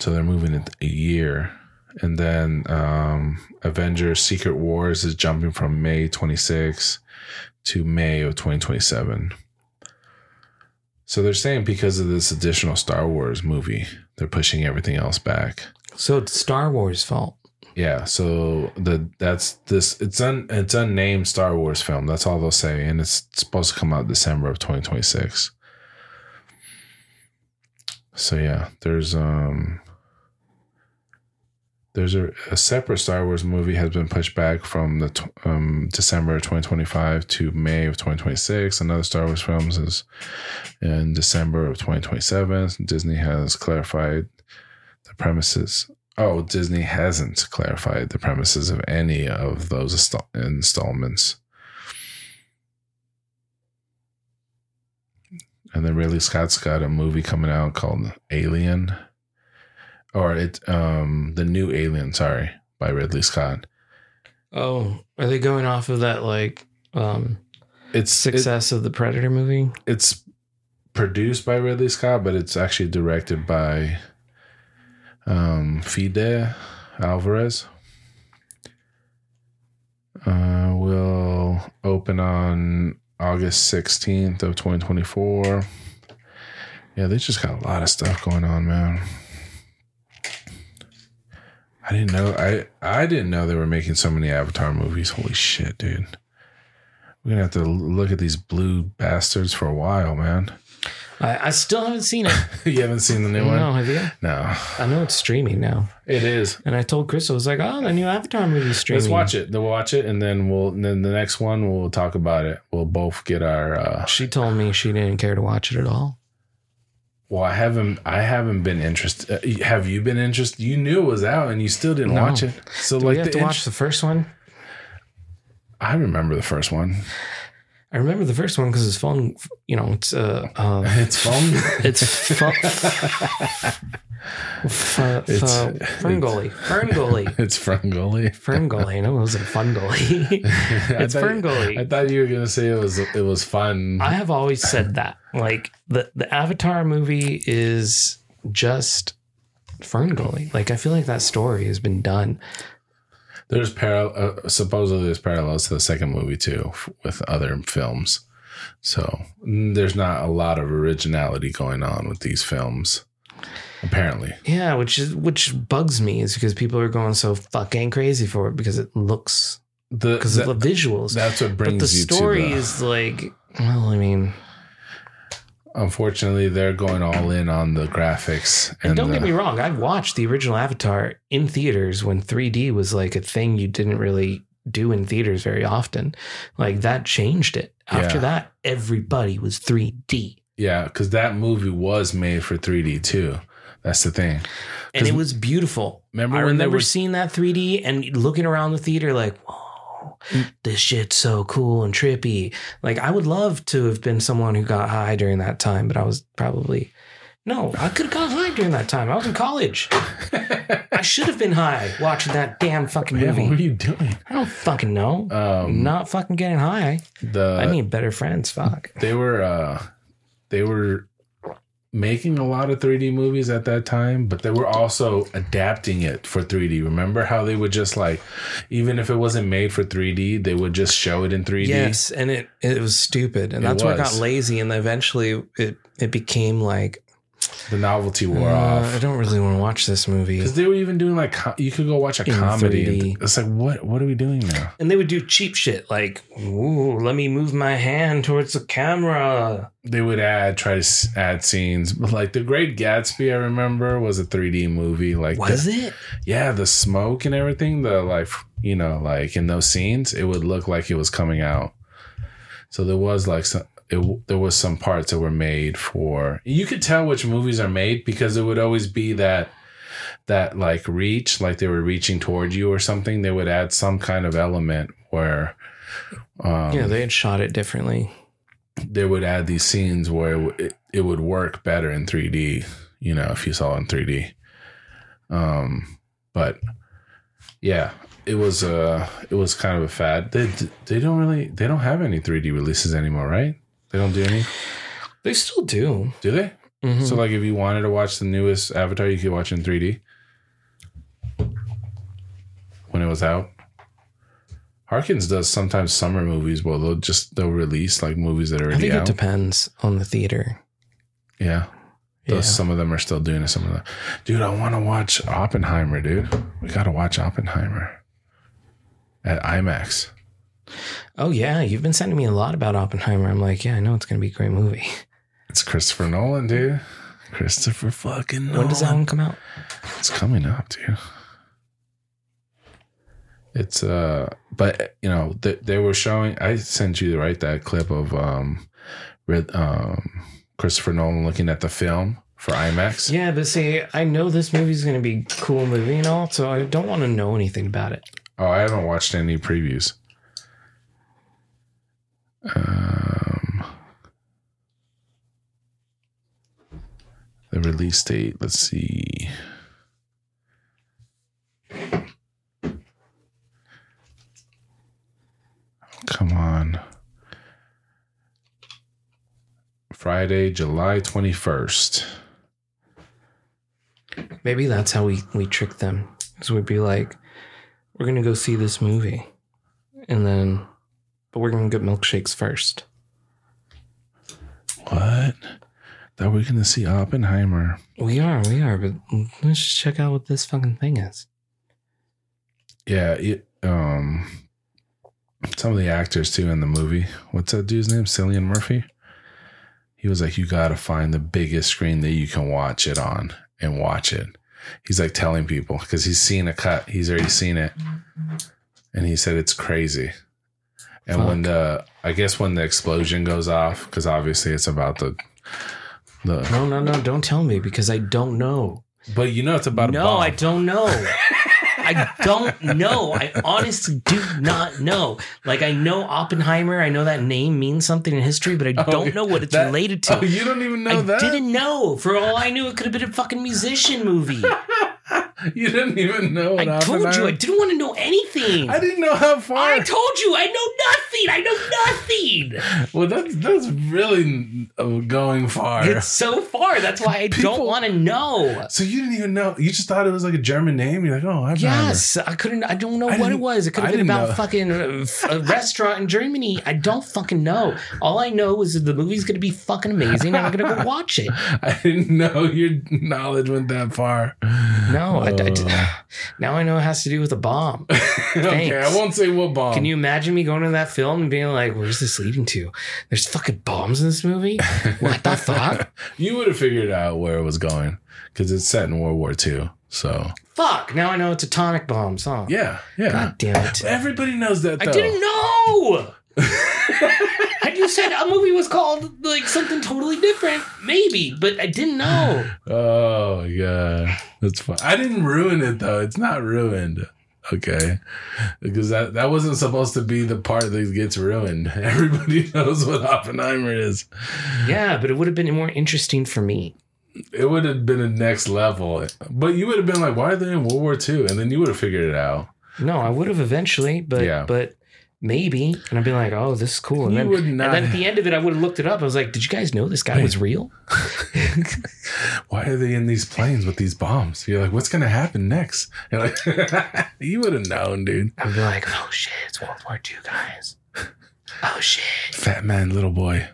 So they're moving it a year. And then um Avengers Secret Wars is jumping from May 26 to May of 2027. So they're saying because of this additional Star Wars movie, they're pushing everything else back.
So it's Star Wars' fault.
Yeah, so the that's this it's un it's unnamed Star Wars film. That's all they'll say, and it's supposed to come out December of 2026. So yeah, there's um there's a, a separate Star Wars movie has been pushed back from the tw- um, December of 2025 to May of 2026. Another Star Wars films is in December of 2027. Disney has clarified the premises Oh, Disney hasn't clarified the premises of any of those install- installments. And then Ridley Scott's got a movie coming out called Alien, or it um the new Alien, sorry, by Ridley Scott.
Oh, are they going off of that like um
It's it-
success of the Predator movie?
it's produced by Ridley Scott, but it's actually directed by um, Fide Alvarez. Uh, will open on August 16th of 2024. Yeah, they just got a lot of stuff going on, man. I didn't know I I didn't know they were making so many Avatar movies. Holy shit, dude. We're gonna have to look at these blue bastards for a while, man.
I, I still haven't seen it.
you haven't seen the new
no,
one?
have you?
No.
I know it's streaming now.
It is.
And I told Chris, I was like, oh, the new Avatar movie streaming.
Let's watch it. Then We'll watch it, and then we'll and then the next one we'll talk about it. We'll both get our. Uh,
She told me she didn't care to watch it at all.
well, I haven't. I haven't been interested. Uh, have you been interested? You knew it was out, and you still didn't
No.
watch it. So
Do
like
we have
the
to watch
int-
the first one?
I remember the first one.
I remember the first one because it's phone, you know, it's uh, uh
It's fun.
it's fu- f- f-
It's-
Ferngully, Ferngully,
it's Ferngully.
Ferngully. No, it was a Fungully. it's
I thought-
Ferngully.
I thought you were gonna say it was. It was fun.
I have always said that. Like the the Avatar movie is just Ferngully. Like I feel like that story has been done.
There's parallel. Uh, supposedly, there's parallels to the second movie too, f- with other films. So mm, there's not a lot of originality going on with these films, apparently.
Yeah, which is which bugs me is because people are going so fucking crazy for it because it looks
The,
because of
that-
the visuals.
that's what brings
But the
you
story
to the,
is like well, I mean,
Unfortunately, they're going all in on the graphics.
and, don't
the,
get me wrong, I watched the original Avatar in theaters when 3D was like a thing you didn't really do in theaters very often. Like that changed it. After
Yeah.
that, everybody was 3D.
Yeah, because that movie was made for 3D too. That's the thing.
and
'Cause
it was beautiful.
remember
I
when they
remember
were-
seeing that 3D and looking around the theater like, whoa,
Mm.
this shit's so cool and trippy. Like, I would love to have been someone who got high during that time, but I was probably no. I could have got high during that time. I was in college. I should have been high watching that damn fucking
Man, what were
movie.
you doing?
I don't fucking know.
Um,
I'm not fucking getting high.
the
I need better friends. Fuck.
they were uh they were making a lot of 3D movies at that time, but they were also adapting it for 3D. Remember how they would just like even if it wasn't made for 3D, they would just show it in 3D.
Yes, and it it was stupid, and
It
that's where I got
was.
lazy, and eventually it it became like
the novelty wore off.
Uh, I don't really want to watch this movie.
Because they were even doing like co- you could go watch a
In
comedy. and
3D.
it's like what what are we doing now?
And they would do cheap shit like, ooh, let me move my hand towards the camera.
They would add try to s- add scenes, but like The Great Gatsby, I remember was a 3D movie. Like
Was
the-
it?
yeah, the smoke and everything. The like you know like in those scenes, it would look like it was coming out. So there was like some. It, w- there was some parts that were made for you could tell which movies are made because it would always be that that like reach like they were reaching toward you or something they would add some kind of element where um,
yeah, they had shot it differently.
they would add these scenes where it, w- it, it would work better in 3D, you know, if you saw it in 3D. Um, but yeah, it was uh it was kind of a fad. They they don't really they don't have any 3D releases anymore, right? They don't do any,
They still do.
do they?
Mhm.
So like, if you wanted to watch the newest Avatar, you could watch it in 3D when it was out. Harkins does sometimes summer movies, but they'll just they'll release like movies that are
I
already
think it
out.
depends on the theater.
yeah. Though
Yeah.
Some of them are still doing it. Some of them, dude. I want to watch Oppenheimer, dude. We gotta watch Oppenheimer at IMAX.
Oh yeah, you've been sending me a lot about Oppenheimer. I'm like, yeah, I know it's gonna be a great movie.
It's Christopher Nolan, dude. Christopher fucking Nolan.
When does that one come out?
It's coming up, dude. It's uh, but you know they, they were showing. I sent you right that clip of um, Rid, um, Christopher Nolan looking at the film for IMAX.
Yeah, but see, I know this movie's gonna be a cool movie and all, so I don't want to know anything about it.
Oh, I haven't watched any previews. Um, the release date. Let's see. Come on. Friday, July 21st.
Maybe that's how we we trick them. Because we'd be like, we're gonna go see this movie, and then, but we're gonna get milkshakes first.
What? That we're going to see Oppenheimer.
We are, we are, but let's just check out what this fucking thing is.
Yeah, it, um, some of the actors too in the movie. What's that dude's name? Cillian Murphy. He was like, "You gotta find the biggest screen that you can watch it on and watch it." He's like telling people because he's seen a cut. He's already seen it, and he said it's crazy. And when the, I guess when the explosion goes off, because obviously it's about the, the.
No, no, no! Don't tell me because I don't know.
But you know it's about a
no,
bomb.
I don't know. I don't know. I honestly do not know. Like I know Oppenheimer. I know that name means something in history, but I
Oh,
don't know what it's
that-
related to.
Oh, you don't even know
I
that.
didn't know. For all I knew, it could have been a fucking musician movie.
You didn't even know. what
I told you I
Oppenheimer-
didn't want to know anything.
I didn't know how far.
I told you I know nothing. I know nothing.
Well, that's that's really uh, going far.
It's so far. That's why I don't
People-
want to know.
so you didn't even know. You just thought it was like a German name. You're like, oh, Oppenheimer.
Yes, I couldn't. I don't know
I
what it
didn't-
was. It could have
I
been
didn't
about
know.
fucking uh, a restaurant in Germany. I don't fucking know. All I know is that the movie's gonna be fucking amazing. and I'm gonna go watch it.
I didn't know your knowledge went that far.
No, I, I-
Oh.
now I know it has to do with a bomb.
okay, I won't say what bomb.
Can you imagine me going to that film and being like, "Where's this leading to? There's fucking bombs in this movie. What the fuck?
You would have figured out where it was going because it's set in World War II. So
fuck! Now I know it's atomic bombs, huh?
yeah, yeah.
God damn it!
Everybody knows that.
I
Though.
didn't know. I just said a movie was called like something totally different, maybe, but I didn't know.
Oh yeah, that's fun. I didn't ruin it though. It's not ruined. Okay, because that that wasn't supposed to be the part that gets ruined. Everybody knows what Oppenheimer is.
Yeah, but it would have been more interesting for me.
It would have been a next level, but you would have been like, "Why are they in World War II?" And then you would have figured it out.
No, I would have eventually, but
Yeah.
but maybe, and I'd be like, oh, this is cool. And
You
then,
would
and
not-
then at the end of it, I would have looked it up. I was like, did you guys know this guy was real?
Why are they in these planes with these bombs? You're like, "What's gonna happen next?" You're like, you would have known, dude.
I'd be like, oh shit, it's World War II, guys. Oh shit.
Fat man, little boy.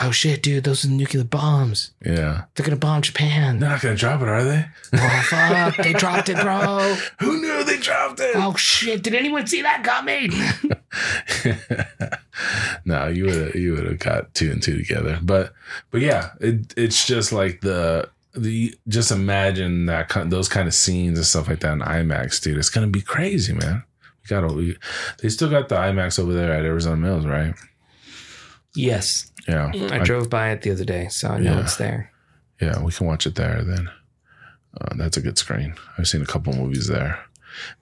oh shit, dude, those are the nuclear bombs.
Yeah.
They're gonna bomb Japan.
They're not going to drop it, are they?
Oh fuck, they dropped it, bro.
Who knew they dropped it?
Oh shit, did anyone see that coming?
no, you would you would have got two and two together. But but yeah, it it's just like the the just imagine that kind, those kind of scenes and stuff like that in IMAX, dude. It's gonna be crazy, man. We got we, they still got the IMAX over there at Arizona Mills, right?
yes.
Yeah,
Mm, I drove by it the other day, so I know
Yeah.
it's there.
yeah, we can watch it there then. Uh, that's a good screen. I've seen a couple movies there,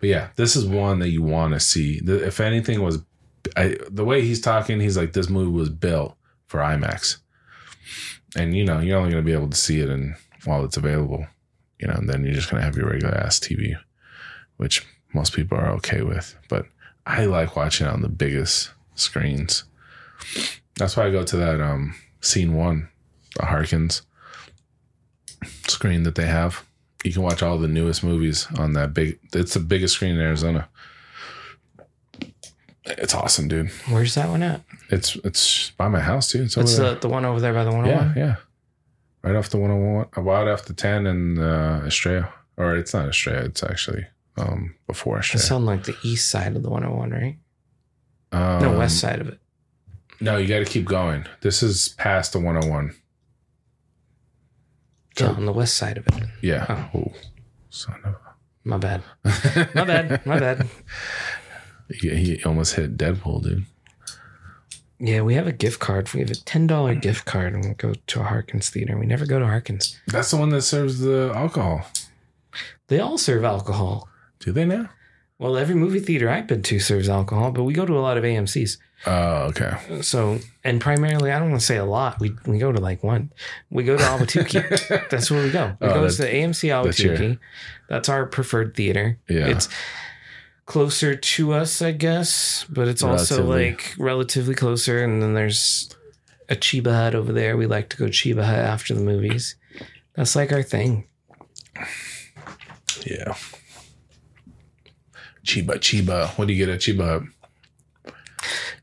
but yeah, this is one that you want to see. The, if anything was, I, the way he's talking, he's like this movie was built for IMAX, and you know you're only gonna be able to see it in while it's available, you know, and then you're just gonna have your regular ass TV, which most people are okay with. But I like watching it on the biggest screens. That's why I go to that um scene one, the Harkins screen that they have. You can watch all the newest movies on that big. It's the biggest screen in Arizona. It's awesome, dude.
Where's that one at?
It's it's by my house, dude. It's over
That's
there.
the, the uh, one over there by the 101.
Yeah, yeah. Right off the 101, uh, right off the 10 and uh, Estrella. Or it's not Estrella, it's actually um, before
That
Estrella.
sound like the east side of the 101, right?
Um,
uh, no, west side of it.
No, you got to keep going. This is past the 101.
Yeah, on the west side of it.
Yeah. Oh, son of
My bad.
a.
My bad. My bad.
he, he almost hit Deadpool, dude.
Yeah, we have a gift card. We have a ten dollar gift card, and we go to a Harkins theater. We never go to Harkins.
That's the one that serves the alcohol.
They all serve alcohol.
Do they now?
Well, every movie theater I've been to serves alcohol, but we go to a lot of AMC's.
Oh, okay.
So, and primarily, I don't want to say a lot. We we go to like one. We go to Awatuki. that's where we go. We
Oh,
go
that's-
to the AMC
that's your-
Awatuki. That's our preferred theater.
Yeah.
It's closer to us, I guess, but it's also
Relatively.
like relatively closer. And then there's a Chiba Hut over there. We like to go Chiba Hut after the movies. That's like our thing.
yeah. Chiba, Chiba. What do you get at Chiba?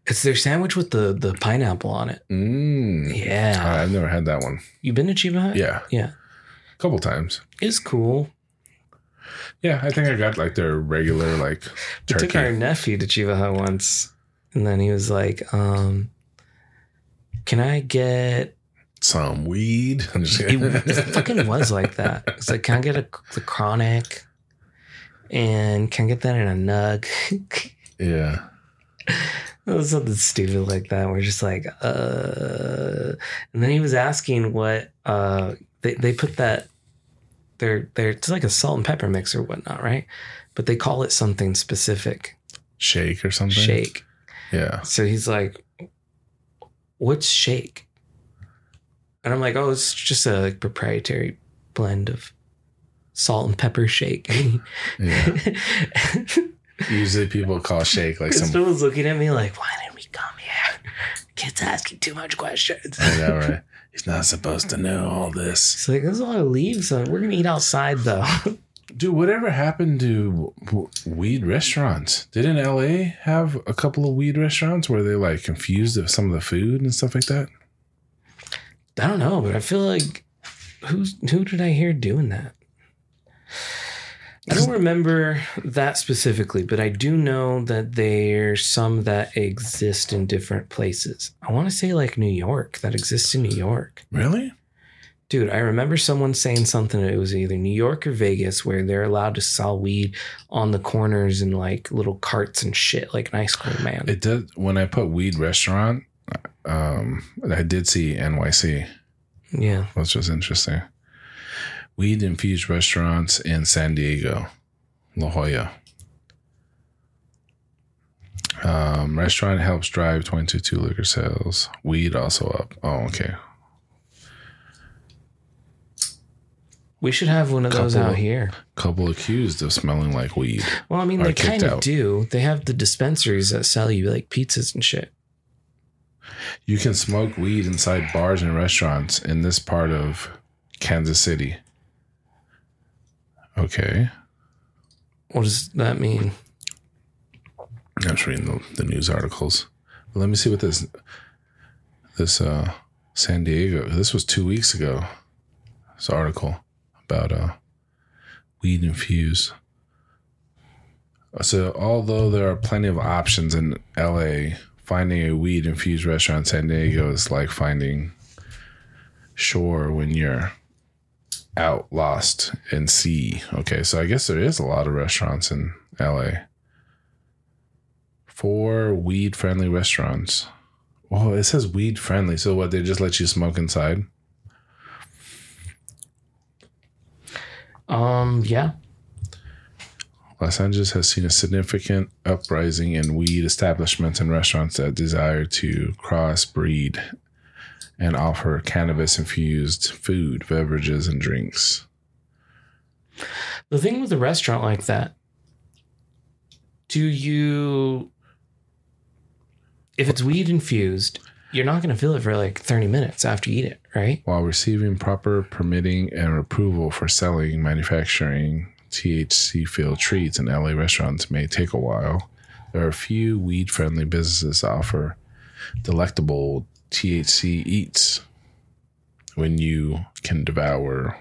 It's their sandwich with the the pineapple on it.
Mmm.
Yeah.
I've never had that one.
you been to Chiba Hut?
Yeah.
Yeah.
A couple times.
It's cool.
Yeah, I think I got like their regular like
We took
turkey.
our nephew to Chiba Hut once, and then he was like, um, "Can I get?"
Some weed. I'm just
It,
kidding.
it fucking was like that. It's like, "Can I get a the chronic?" And can I get that in a nug?
yeah.
it was something stupid like that. We're just like, uh. And then he was asking what uh they they put that. They're, they're it's like a salt and pepper mix or whatnot, right? But they call it something specific.
Shake or something.
Shake.
Yeah.
So he's like, "What's shake?" And I'm like, "Oh, it's just a like, proprietary blend of salt and pepper shake."
Yeah. Usually people call shake like some
Crystal was looking at me like, "Why did we come here? Kids asking too much questions."
I know, right? He's not supposed to know all this.
It's like there's a lot of leaves. On. We're gonna eat outside though.
Dude, whatever happened to w- weed restaurants? Didn't LA have a couple of weed restaurants where they like confused of some of the food and stuff like that?
I don't know, but I feel like who's who did I hear doing that? I don't remember that specifically, but I do know that there's some that exist in different places. I want to say like New York that exists in New York.
Really?
Dude, I remember someone saying something that it was either New York or Vegas where they're allowed to sell weed on the corners in like little carts and shit, like an ice cream man.
It did. When I put weed restaurant, um, I did see NYC,
yeah.
which was interesting. Weed infused restaurants in San Diego, La Jolla. Um, restaurant helps drive 22 liquor sales. Weed also up. Oh, okay.
We should have one of those
Couple-
out here.
Couple accused of smelling like weed.
Well, I mean,
are
they
kicked
kind of
out.
do. They have the dispensaries that sell you like pizzas and shit.
You can smoke weed inside bars and restaurants in this part of Kansas City. Okay.
What does that mean?
I'm just reading the, the news articles. Let me see what this this uh, San Diego. This was two weeks ago. This article about uh, weed infused. So, although there are plenty of options in LA, finding a weed infused restaurant in San Diego is like finding shore when you're out lost and sea. Okay, so I guess there is a lot of restaurants in LA. Four weed friendly restaurants. Oh, it says weed friendly. So what? They just let you smoke inside?
Um, yeah.
Los Angeles has seen a significant uprising in weed establishments and restaurants that desire to crossbreed and offer cannabis infused food, beverages, and drinks.
The thing with a restaurant like that, do you, if it's weed infused, you're not going to feel it for like 30 minutes after you eat it, right?
While receiving proper permitting and approval for selling, manufacturing THC filled treats in LA restaurants may take a while. There are few weed friendly businesses that offer delectable THC eats when you can devour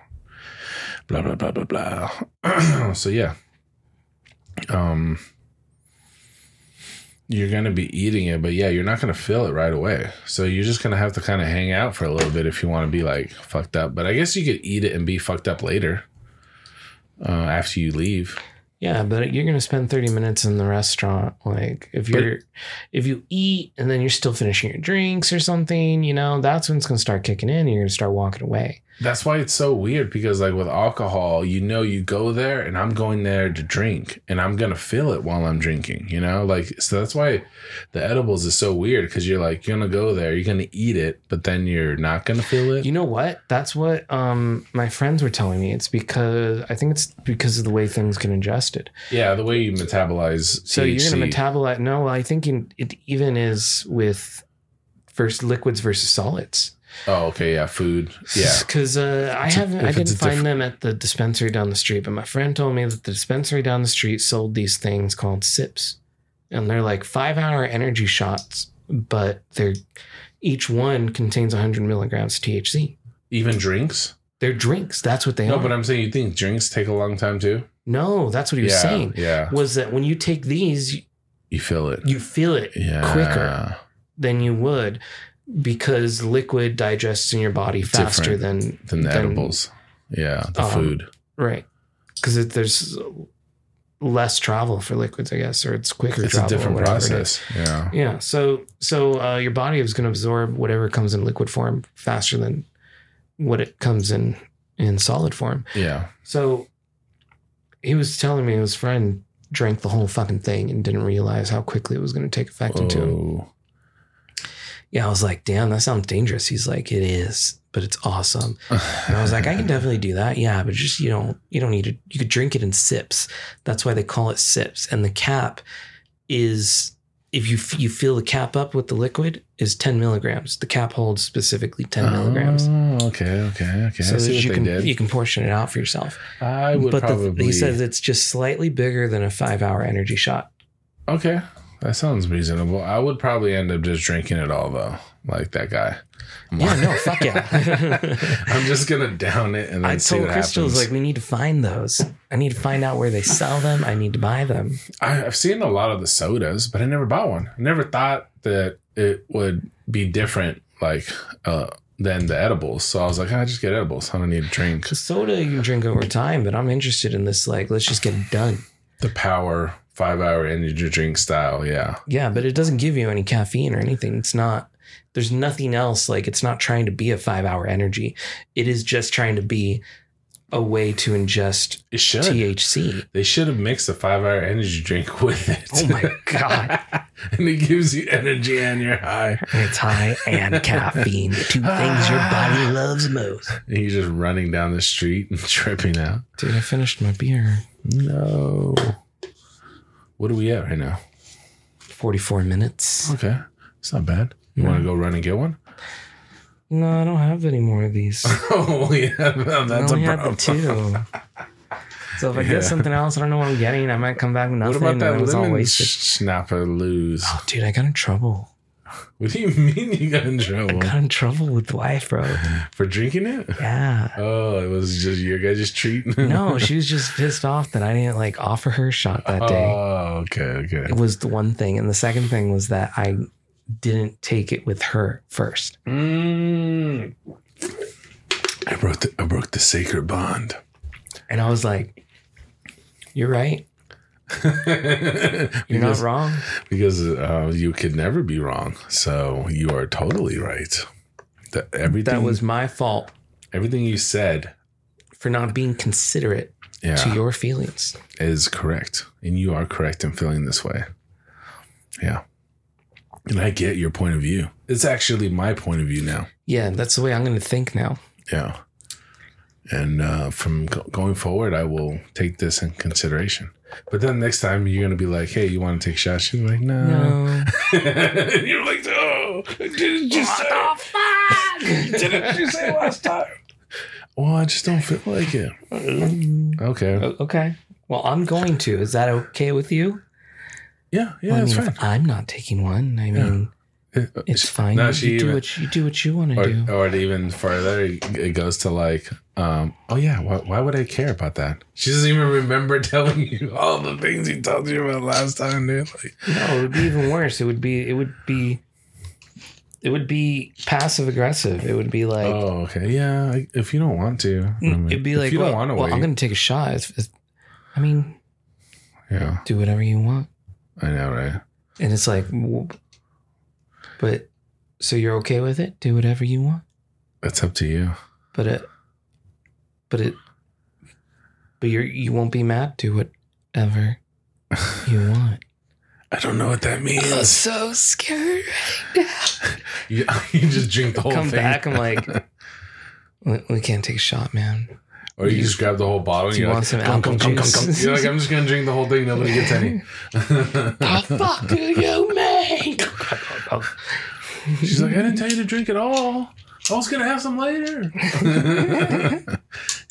blah blah blah blah blah. so yeah. Um you're gonna be eating it, but yeah, you're not gonna feel it right away. So you're just gonna have to kind of hang out for a little bit if you want to be like fucked up. But I guess you could eat it and be fucked up later uh, after you leave.
Yeah, but you're gonna spend 30 minutes in the restaurant. Like if
But-
you're if you eat and then you're still finishing your drinks or something, you know, that's when it's gonna start kicking in and you're gonna start walking away.
That's why it's so weird because like with alcohol, you know you go there and I'm going there to drink and I'm going to feel it while I'm drinking, you know? Like so that's why the edibles is so weird cuz you're like you're going to go there, you're going to eat it, but then you're not going to feel it.
You know what? That's what um my friends were telling me. It's because I think it's because of the way things get ingested.
yeah, the way you metabolize
So you're
THC.
going to metabolize. No, I think in, it even is with first liquids versus solids.
Oh, okay, yeah, food. Yeah.
Because uh, I
It's a-
haven't, I
if it's
didn't
a
find
diff-
them at the dispensary down the street, but my friend told me that the dispensary down the street sold these things called sips, and they're like five hour energy shots, but they're each one contains 100 milligrams THC.
Even drinks?
They're drinks. That's what they
No,
are.
but I'm saying you think drinks take a long time too?
no, that's what he was
yeah.
saying.
Yeah.
Was that when you take these, you-
You feel it.
you feel it
yeah.
quicker. than you would because liquid digests in your body faster than
than the edibles. Yeah, the
Um,
food.
right because there's less travel for liquids i guess or it's quicker
It's a
travel or
different
whatever it is.
process. Yeah.
yeah so so uh, your body is going to absorb whatever comes in liquid form faster than what it comes in in solid form
Yeah.
so he was telling me his friend drank the whole fucking thing and didn't realize how quickly it was going to take effect into him
Whoa.
yeah i was like damn that sounds dangerous he's like it is but it's awesome
Oh.
And I was like, I can definitely do that. Yeah, but just you don't you don't need to. You could drink it in sips. That's why they call it sips. And the cap is if you f- you fill the cap up with the liquid is ten milligrams. The cap holds specifically ten milligrams.
Oh, okay, okay, okay.
So
I see
that
what
you
they
can
did.
you can portion it out for yourself.
I would
but
probably.
the, he says it's just slightly bigger than a five hour energy shot.
okay, that sounds reasonable. I would probably end up just drinking it all though, like that guy. I'm
Yeah,
like-
no, fuck yeah.
I'm just gonna down it and then
I
see
told
what
Crystal, I was
happens.
like, we need to find those. I need to find out where they sell them. I need to buy them.
I, I've seen a lot of the sodas, but I never bought one. I never thought that it would be different, like uh, than the edibles. So I was like, "Ah, I just get edibles. I don't need a drink.
Because soda you can drink over time, but I'm interested in this, like, let's just get it done.
The power five hour energy drink style. Yeah.
Yeah, but it doesn't give you any caffeine or anything. It's not, there's nothing else. Like, it's not trying to be a five hour energy. It is just trying to be a way to ingest
It should.
THC.
They should have mixed a five hour energy drink with it.
Oh my God.
and it gives you energy and you're high.
It's high and caffeine, the two things your body loves most.
And you're just running down the street and tripping out.
Dude, I finished my beer.
No. What are we at right now?
44 minutes.
Okay. It's not bad. You
No.
want to go run and get one?
No, I don't have any more of these.
oh, yeah. That's
I only
a
had the
problem.
two. So if I
Yeah.
get something else, I don't know what I'm getting. I might come back with
What
nothing.
about
and then
that
it was all
lemon
wasted.
schnapper lose?
Oh, dude, I got in trouble.
What do you mean you got in
I
trouble
got in trouble with the wife, bro.
for drinking it?
Yeah.
Oh, it was just your guys just treating.
No, she was just pissed off that I didn't like offer her a shot that day.
Oh, okay, okay.
It was the one thing. And the second thing was that I didn't take it with her first.
Mm. I broke the I broke the sacred bond.
And I was like, You're right. You're not
because,
wrong.
because uh, you could never be wrong. So you are totally right. That everything
That was my fault
everything you said.
for not being considerate
Yeah,
to your feelings.
is correct, and you are correct in feeling this way. Yeah, and I get your point of view. It's actually my point of view now.
Yeah, that's the way I'm going to think now.
Yeah. And uh, from go- going forward, I will take this in consideration. But then next time you're going to be like, hey, you want to take shots? She's like, no.
No.
you're like, no. Didn't you say? Didn't you say last time? Well, I just don't feel like it.
Mm,
Okay.
o- okay. Well, I'm going to. Is that okay with you?
Yeah. Yeah,
Well, I
that's
mean,
fine.
if I'm not taking one. I
Yeah.
mean, it's fine.
No,
you,
she
do
even- Oh,
what you do what you want to do.
Or, or even further, it goes to like, um, oh yeah, why, why would I care about that? She doesn't even remember telling you all the things he told you about last time, dude. Like,
No, it would be even worse. It would be. It would be. It would be passive aggressive. It would be like. Mm,
oh, okay. Yeah. I- If you don't want to, I mean,
It'd be
if
like.
you
well,
don't want to
well,
wait.
I'm going to take a shot. It's, it's, I mean,
yeah.
do whatever you want.
I know, right?
And it's like, w- but so you're okay with it? Do whatever you want.
It's up to you.
But it, but it, but you're you won't be mad. Do whatever you want.
I don't know what that means.
so scared.
you, you just drink the whole
Come
thing,
back. I'm like, we, we can't take a shot, man.
or you just grab the whole bottle.
Do you
and you're
want
like,
some
"Come, come,
apple
come, come, come."
juice?
You're like, I'm just gonna drink the whole thing. Nobody gets any.
fuck do you mean?
She's like, I didn't tell you to drink at all. I was gonna have some later.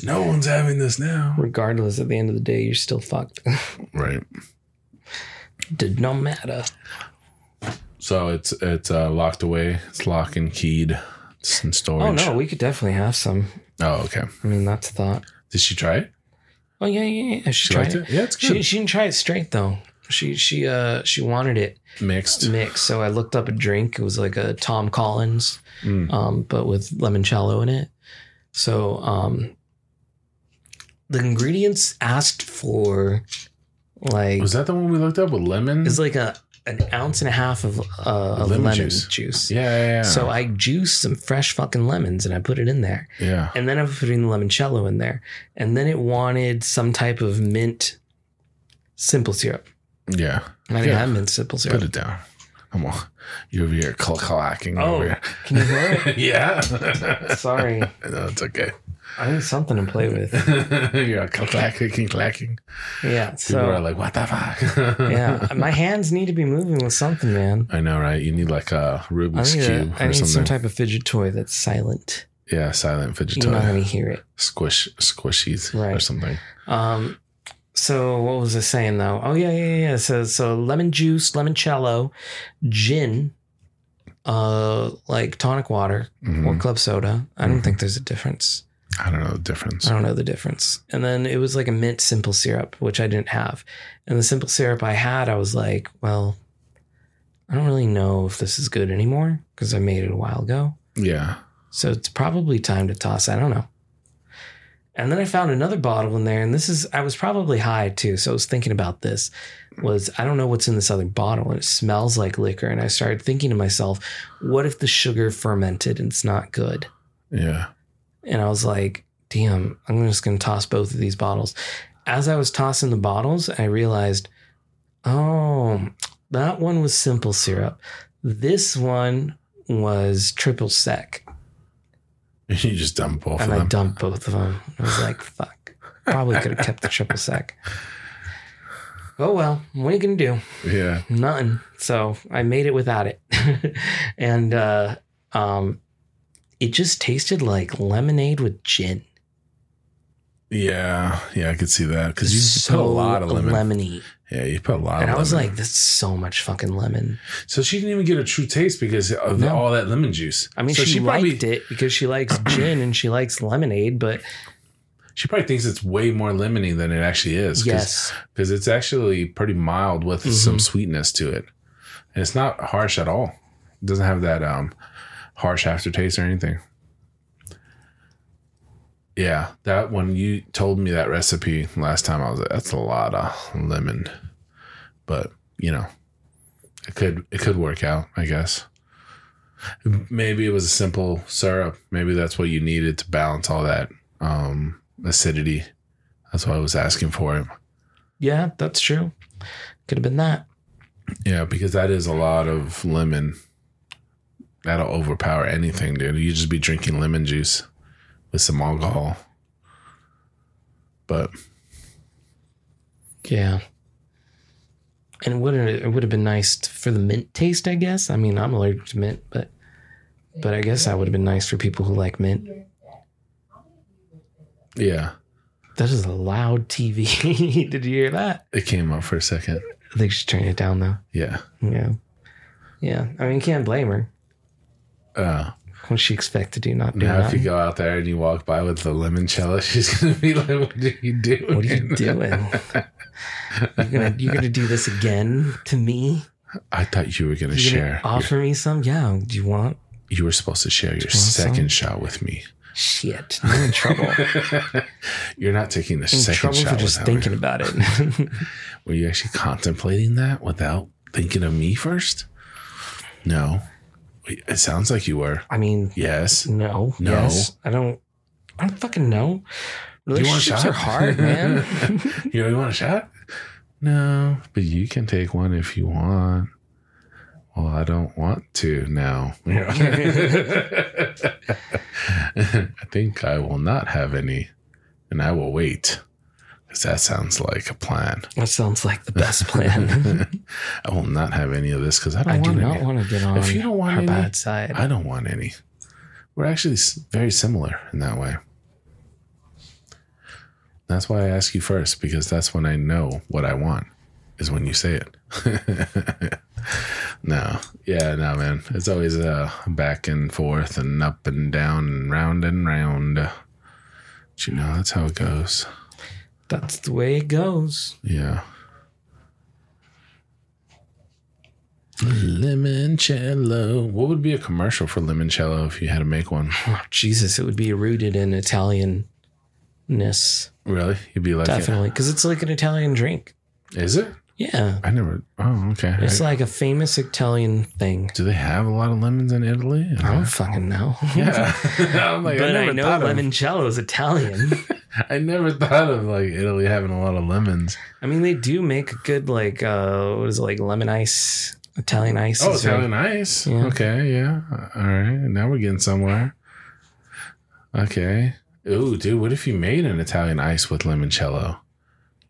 no one's having this now.
Regardless, at the end of the day, you're still fucked.
Right.
Did not matter.
So it's it's uh, locked away. It's lock and keyed. It's in
Oh
storage.
no, we could definitely have some.
Oh, okay.
I mean, that's a thought.
Did she try it?
Oh yeah, yeah, yeah. She,
She
tried
liked
it.
it. Yeah, it's
She
good.
she didn't try it straight though. She she uh she wanted it
Mixed.
mixed. So I looked up a drink. It was like a Tom Collins,
Mm.
um, but with limoncello in it. So um, the ingredients asked for like
Was that the one we looked up with lemon?
is like a an ounce and a half of, uh, of
Lemon
lemon,
juice.
juice.
yeah, yeah, yeah.
So I juiced some fresh fucking lemons and I put it in there.
yeah.
and then I'm putting the limoncello in there, and then it wanted some type of mint simple syrup.
Yeah.
And I didn't
Yeah.
have mint simple
Put
syrup.
it down. Come on. You're over here cl- clacking
Oh.
over here.
Can you hear
yeah.
it? Sorry,
no, it's okay.
I need something to play with.
You're all clacking, clacking.
Yeah,
People are
so
like, what the fuck?
yeah, Uh, my hands need to be moving with something, man.
I know, right? You need like a
I
Rubik's
need, a,
Cube
I
or
need
something.
some type of fidget toy that's silent.
yeah, silent fidget
You're not
toy.
gonna hear it.
Squish, squishies or
Right.
something.
Um, so what was I saying though? Oh yeah, yeah, yeah, yeah. So so lemon juice, limoncello, gin, uh, like tonic water,
Mhm.
or club soda. I don't
Mhm.
think there's a difference.
I don't know the difference.
I don't know the difference. And then it was like a mint simple syrup, which I didn't have. And the simple syrup I had, I was like, well, I don't really know if this is good anymore because I made it a while ago.
Yeah.
So it's probably time to toss. I don't know. And then I found another bottle in there, and this is I was probably high too, so I was thinking about this. Was I don't know what's in this other bottle, and it smells like liquor. And I started thinking to myself, what if the sugar fermented and it's not good?
Yeah.
and I was like, damn, I'm just going to toss both of these bottles. As I was tossing the bottles, I realized, oh, that one was simple syrup. This one was triple sec.
You just dump both
and
of
I
them.
dumped both of them. I was like, fuck, probably could have kept the triple sec. Oh, well, what are you going to do?
yeah.
Nothing. So I made it without it. and uh, um, it just tasted like lemonade with gin.
Yeah. Yeah. I could see that because you
It's
put a lot of lemon.
lemony.
Yeah, you put a lot.
and
of
I was
lemon.
like, that's so much fucking lemon.
so she didn't even get a true taste because of
No.
all that lemon juice.
I mean,
so
she, liked it because she likes gin and she likes lemonade, but
She probably thinks it's way more lemony than it actually is. 'cause-
yes,
because it's actually pretty mild with some sweetness to it. And it's not harsh at all. It doesn't have that um harsh aftertaste or anything. Yeah, that when you told me that recipe last time, I was like, that's a lot of lemon. But you know, it could it could work out, I guess. Maybe it was a simple syrup. Maybe that's what you needed to balance all that um acidity. That's why I was asking for it.
yeah, that's true. Could have been that.
Yeah, because that is a lot of lemon. That'll overpower anything, dude. You just be drinking lemon juice with some alcohol. But
Yeah. And it would not it would have been nice t- for the mint taste, I guess. I mean, I'm allergic to mint, but but I guess that would have been nice for people who like mint.
yeah,
That is a loud TV. Did you hear that?
it came up for a second.
I think she's turning it down though.
Yeah.
Yeah. Yeah. I mean, you can't blame her.
Uh,
What's she expect to do? Not do
now, if you
nothing?
go out there and you walk by with the limoncello, she's gonna be like, "What are you doing?
What are you doing? You're gonna you're gonna do this again to me?
I thought you were gonna
You're gonna
share.
offer me some? Yeah. Do you want?
you were supposed to share your
you want some?
second shot with me.
Shit. You're in trouble.
You're not taking the
in
second
trouble
shot
for just
without me.
thinking about it.
Were you actually contemplating that without thinking of me first? No. It sounds like you were.
I mean,
Yes.
no,
No.
yes, I don't, I don't fucking know.
you want a
Relationships
shot?
are hard, man.
You know, you want a shot? No, but you can take one if you want. Well, I don't want to now. I think I will not have any and I will wait because that sounds like a plan.
that sounds like the best plan.
I will not have any of this because I don't
I do
want
not
any.
want to get on
If you don't want
her
any,
bad side.
I don't want any. We're actually s- very similar in that way. That's why I ask you first because that's when I know what I want is when you say it. no, yeah, no, man. It's always uh, back and forth and up and down and round and round. But you know, that's how it goes.
That's the way it goes.
Yeah. Limoncello. What would be a commercial for limoncello if you had to make one?
Oh, Jesus, it would be rooted in Italianness,
Really? You'd be like,
definitely, because it's like an Italian drink.
is it?
Yeah,
I never. Oh, okay.
it's
I-
like a famous Italian thing.
do they have a lot of lemons in Italy?
I don't fucking know.
Yeah. I'm like, I
but I,
never
know
thought
limoncello is Italian.
of. I never thought of like Italy having a lot of lemons.
I mean, they do make a good like uh what is it like lemon ice, Italian ice.
Oh,
is very-
Italian ice.
Yeah.
Okay, yeah. All right. Now we're getting somewhere. Okay. Ooh, dude, what if you made an Italian ice with limoncello?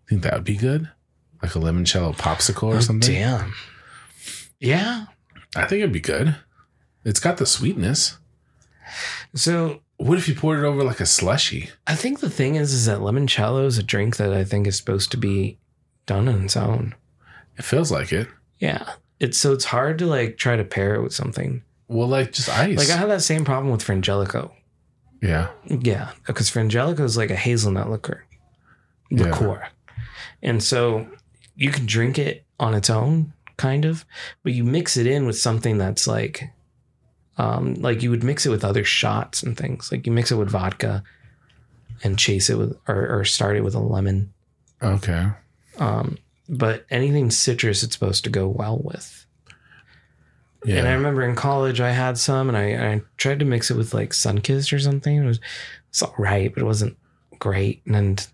Think that would be good? Like a limoncello popsicle or
Oh,
something?
Damn. Yeah.
I think it'd be good. It's got the sweetness.
So
What if you poured it over like a slushy?
I think the thing is, is that limoncello is a drink that I think is supposed to be done on its own.
It feels like it.
Yeah. It's so it's hard to like try to pair it with something.
Well, like just ice.
Like I had that same problem with Frangelico.
yeah.
Yeah, because Frangelico is like a hazelnut liquor,
Yeah.
liqueur, and so you can drink it on its own, kind of, but you mix it in with something that's like, um, like you would mix it with other shots and things. Like you mix it with vodka, and chase it with, or, or start it with a lemon.
Okay.
Um, but anything citrus, it's supposed to go well with.
Yeah.
And I remember in college I had some and I, I tried to mix it with like Sunkist or something. It was it's all right, but it wasn't great. And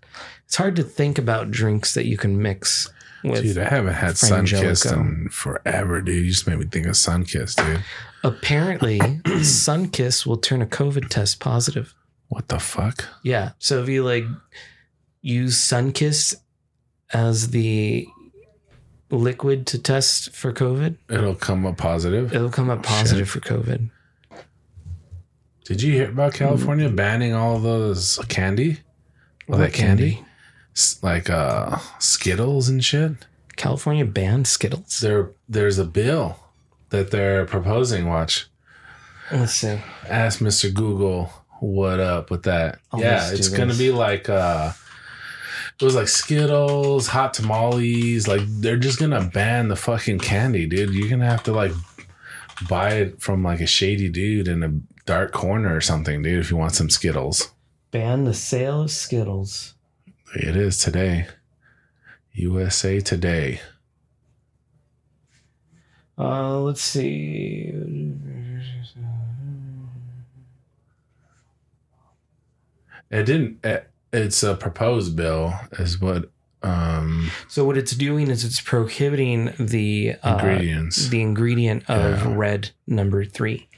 it's hard to think about drinks that you can mix with
Dude, I haven't had
Frangelico.
Sunkissed in forever, dude. You just made me think of Sunkissed, dude.
apparently Sunkist will turn a COVID test positive.
What the fuck?
Yeah. So if you like use Sunkist as the liquid to test for COVID,
It'll come up positive.
it'll come up positive for COVID.
Did you hear about California banning all those candy? All that
What
candy? S- Like uh Skittles and shit?
California banned Skittles?
There, there's a bill that they're proposing. Watch,
Let's see.
ask Mister Google what up with that.
Oh,
yeah,
let's do
it's gonna
this.
be like uh, it was like Skittles, hot tamales. Like they're just gonna ban the fucking candy, dude. You're gonna have to like buy it from like a shady dude in a dark corner or something, dude. If you want some Skittles,
Ban the sale of Skittles.
it is today. USA Today.
Uh, let's see.
It didn't. It, it's a proposed bill, is what um
So what it's doing is it's prohibiting the uh,
ingredients,
the ingredient of
Yeah.
red number three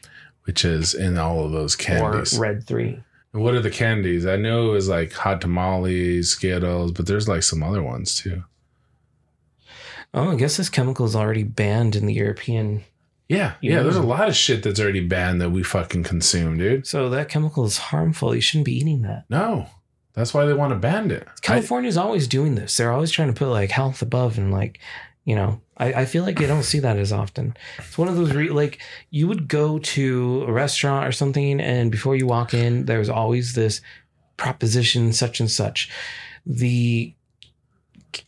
which is in all of those candies.
or red three.
And what are the candies? I know it was like hot tamales, Skittles, but there's like some other ones too.
Oh, I guess this chemical is already banned in the European.
Yeah, yeah.
Yeah.
There's a lot of shit that's already banned that we fucking consume, dude.
So that chemical is harmful. You shouldn't be eating that.
No, that's why they want to ban it. I,
California's always doing this. They're always trying to put like health above and like, you know, I, I feel like you don't see that as often. It's one of those re- like you would go to a restaurant or something, and before you walk in, there's always this proposition such and such. The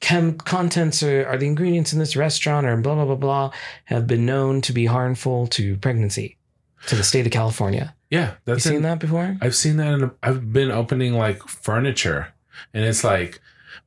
chem contents or, or the ingredients in this restaurant or blah blah blah blah have been known to be harmful to pregnancy to the state of California.
yeah,
You
that's in,
seen that before?
I've seen that, and I've been opening like furniture, and it's like,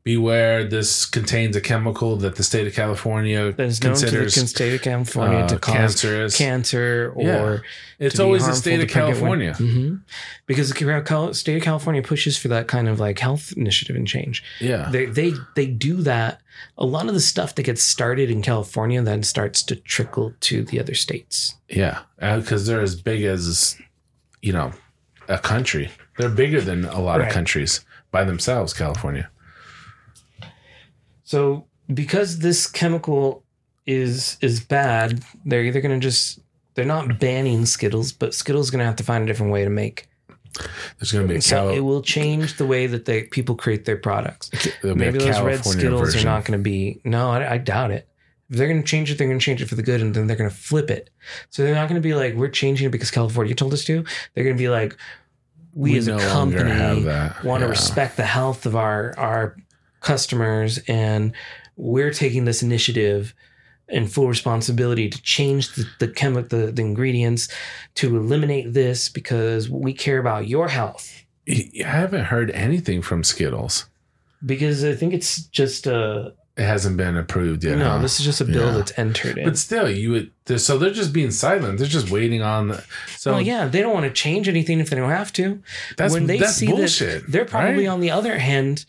beware, this contains a chemical that the state of California
That is known to the
considers
con- state of California
uh,
to cause
cancerous.
cancer or
Yeah. it's
to be
always the
harmful
state
to
of
pregnant
California.
women. Mhm. Because the Cal- Cal- state of California pushes for that kind of like health initiative and change.
Yeah.
They they they do that. A lot of the stuff that gets started in California then starts to trickle to the other states.
Yeah. Because they're as big as, you know, a country. They're bigger than a lot
Right.
of countries by themselves, California.
So because this chemical is is bad, they're either going to just they're not banning Skittles, but Skittles going to have to find a different way to make.
There's going to be a,
So
Cal-
it will change the way that they people create their products.
there'll be a
Maybe those
California
red Skittles
version.
are not going to be. No, I, I doubt it. If they're going to change it, they're going to change it for the good, and then they're going to flip it. So they're not going to be like, "We're changing it because California told us to." They're going to be like, "We, as a
no longer
company
that.
want to
Yeah.
respect the health of our our customers, and we're taking this initiative." And full responsibility to change the the, chemi- the the ingredients to eliminate this because we care about your health.
I haven't heard anything from Skittles.
Because I think it's just a
It hasn't been approved yet.
no,
huh?
this is just a bill
Yeah.
that's entered in.
But still, you would. they're- So they're just being silent. They're just waiting on. The, so
well, yeah, they don't want to change anything if they don't have to.
that's
when they
that's
see that
bullshit.
They're probably
right?
on the other hand,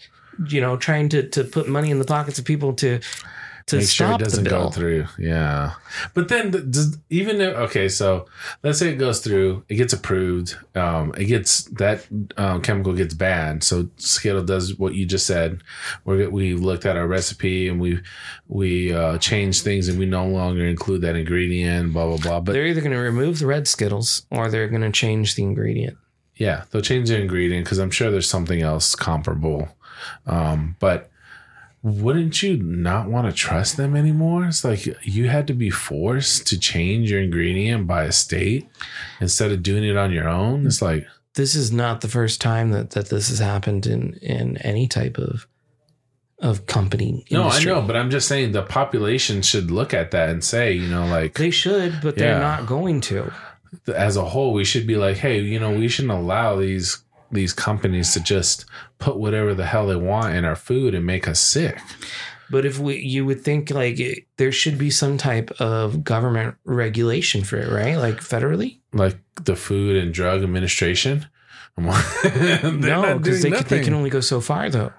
you know, trying to to put money in the pockets of people to to
make sure it
stop
doesn't
the
go
bill.
through. Yeah, but then th- does, even if okay, so let's say it goes through, it gets approved, um, it gets that um, chemical gets banned. So Skittle does what you just said. We we looked at our recipe and we we uh, changed things and we no longer include that ingredient. Blah blah blah. But
they're either going to remove the red Skittles or they're going to change the ingredient.
Yeah, they'll change the ingredient because I'm sure there's something else comparable. Um, but wouldn't you not want to trust them anymore? It's like you had to be forced to change your ingredient by a state instead of doing it on your own. It's like,
This is not the first time that that this has happened in in any type of of company. industry.
no, I know, but I'm just saying the population should look at that and say, you know, like
They should, but they're
Yeah.
not going to.
as a whole, we should be like, hey, you know, we shouldn't allow these these companies to just put whatever the hell they want in our food and make us sick.
But if we, you would think like it, there should be some type of government regulation for it, right? Like federally.
like the Food and Drug Administration. I'm like, they're
no,
not doing
because they, can-
nothing.
they can only go so far though.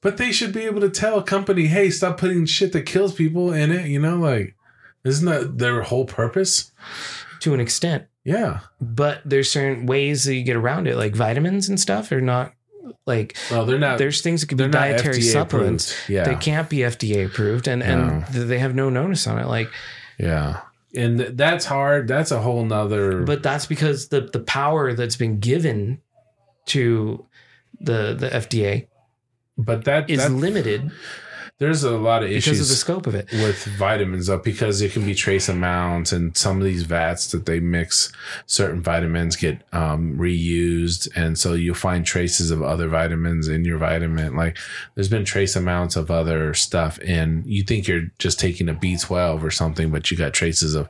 but they should be able to tell a company, hey, stop putting shit that kills people in it. You know, like isn't that their whole purpose?
to an extent.
Yeah.
But there's certain ways that you get around it, like vitamins and stuff are not like
Well, they're not. They're,
there's things that could be
not
dietary
FDA
supplements.
approved. Yeah.
They can't be FDA approved, and and
No.
th- they have no notice on it. Like,
yeah. And th- that's hard. That's a whole nother.
but that's because the the power that's been given to the the FDA
but that
is
that-
limited
There's a lot of
because of the
issues
scope of it.
with vitamins though, because it can be trace amounts, and some of these vats that they mix certain vitamins get um, reused, and so you'll find traces of other vitamins in your vitamin. Like there's been trace amounts of other stuff, and you think you're just taking a B12 or something, but you got traces of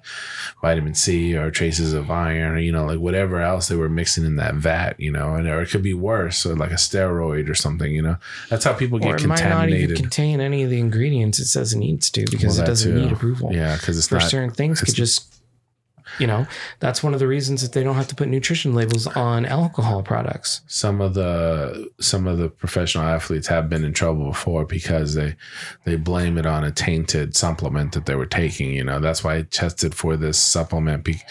vitamin C or traces of iron, or you know, like whatever else they were mixing in that vat, you know, and or it could be worse, or like a steroid or something, you know. That's how people
Or
get
it might not even
contaminated.
contain any of the ingredients it says it needs to because it
Well, that
doesn't
too.
need approval.
yeah, because it's
for
not
certain things could
it's-
just you know that's one of the reasons that they don't have to put nutrition labels on alcohol products
some of the some of the professional athletes have been in trouble before because they they blame it on a tainted supplement that they were taking you know that's why i tested for this supplement be,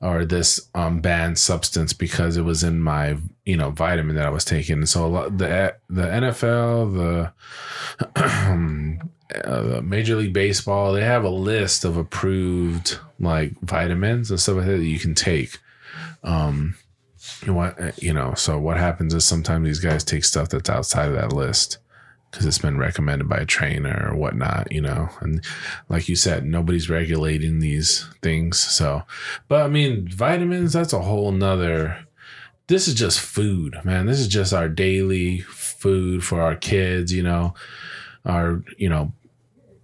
or this um banned substance because it was in my you know vitamin that i was taking And so a lot, the the nfl the uh, Major League Baseball, they have a list of approved like vitamins and stuff like that, that you can take. Um, you want uh, you know so what happens is sometimes these guys take stuff that's outside of that list because it's been recommended by a trainer or whatnot you know and like you said nobody's regulating these things so but i mean vitamins that's a whole nother this is just food man this is just our daily food for our kids you know our you know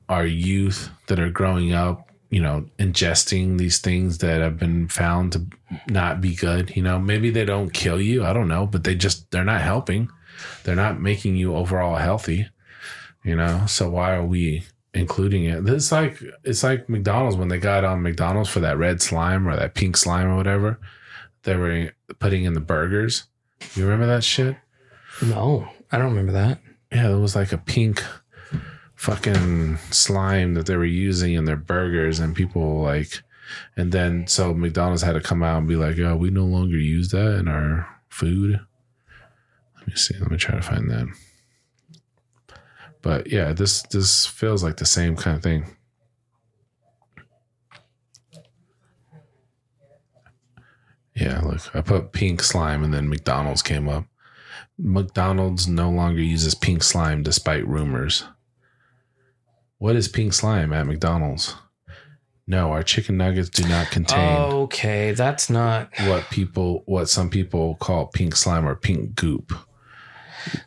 our youth that are growing up you know ingesting these things that have been found to not be good you know maybe they don't kill you i don't know but they just they're not helping they're not making you overall healthy you know so why are we including it it's like it's like mcdonald's when they got on mcdonald's for that red slime or that pink slime or whatever they were putting in the burgers you remember that shit
no i don't remember that
yeah, it was like a pink fucking slime that they were using in their burgers, and people like, and then so McDonald's had to come out and be like, "Yo, we no longer use that in our food." Let me see. Let me try to find that. But yeah, this this feels like the same kind of thing. Yeah, look, I put pink slime, and then McDonald's came up. McDonald's no longer uses pink slime despite rumors. What is pink slime at McDonald's? No, our chicken nuggets do not contain
Oh. okay that's not
what people what some people call pink slime or pink goop.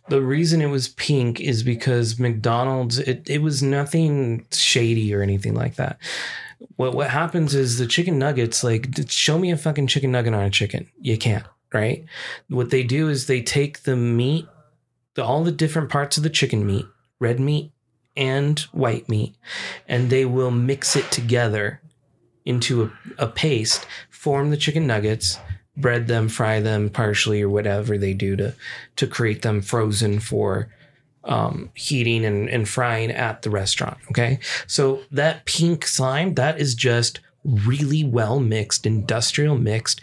the reason it was pink is because mcdonald's it, it was nothing shady or anything like that what what happens is the chicken nuggets like d- show me a fucking chicken nugget on a chicken you can't right what they do is they take the meat the, all the different parts of the chicken meat red meat and white meat and they will mix it together into a, a paste form the chicken nuggets bread them fry them partially or whatever they do to to create them frozen for um, heating and, and frying at the restaurant. Okay. So that pink slime, that is just really well mixed, industrial mixed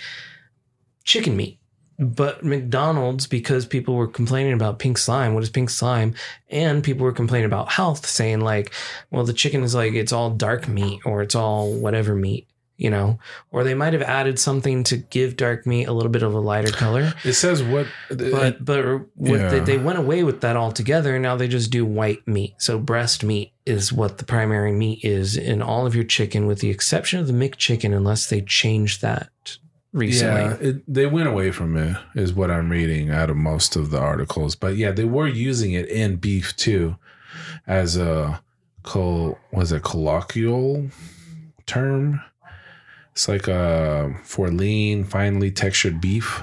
chicken meat. But McDonald's, because people were complaining about pink slime, what is pink slime? And people were complaining about health, saying, like, well, the chicken is like, it's all dark meat or it's all whatever meat, you know? Or they might have added something to give dark meat a little bit of a lighter color
It says what
but but what they,
Yeah.
they went away with that altogether and now they just do white meat so breast meat is what the primary meat is in all of your chicken with the exception of the mcchicken unless they changed that recently
Yeah, it, they went away from it, is what I'm reading out of most of the articles. But yeah, they were using it in beef too, as a col was a colloquial term. It's like uh for lean, finely textured beef,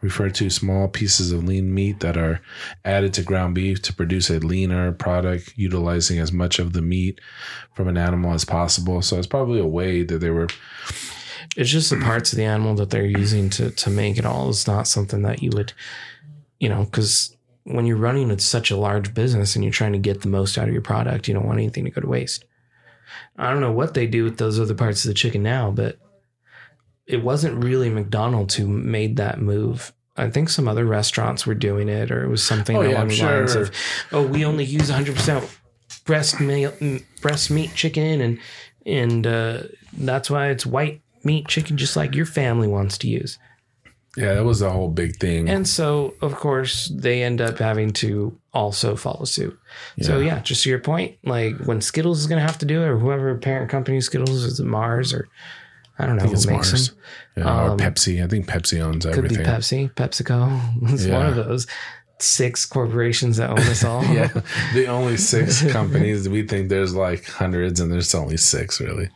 referred to small pieces of lean meat that are added to ground beef to produce a leaner product, utilizing as much of the meat from an animal as possible. So it's probably a way that they were
it's just the parts of the animal that they're using to to make it all it's not something that you would you know because when you're running it's such a large business and you're trying to get the most out of your product you don't want anything to go to waste i don't know what they do with those other parts of the chicken now but it wasn't really mcdonald's who made that move I think some other restaurants were doing it, or it was something
Oh, yeah,
along
I'm
the lines
sure.
of, "Oh, we only use 100 percent breast meal, breast meat chicken, and and uh, that's why it's white meat chicken, just like your family wants to use.
Yeah, that was the whole big thing.
And so, of course, they end up having to also follow suit. So, yeah, just to your point, like when Skittles is going to have to do it, or whoever parent company Skittles is it Mars or I don't know
I think
who
it's
makes
Mars.
them.
Yeah,
Um,
or Pepsi. I think Pepsi owns
Could
everything.
be Pepsi, PepsiCo. It's one
Yeah.
of those six corporations that own us all.
yeah, the only six companies we think there's like hundreds, and there's only six really.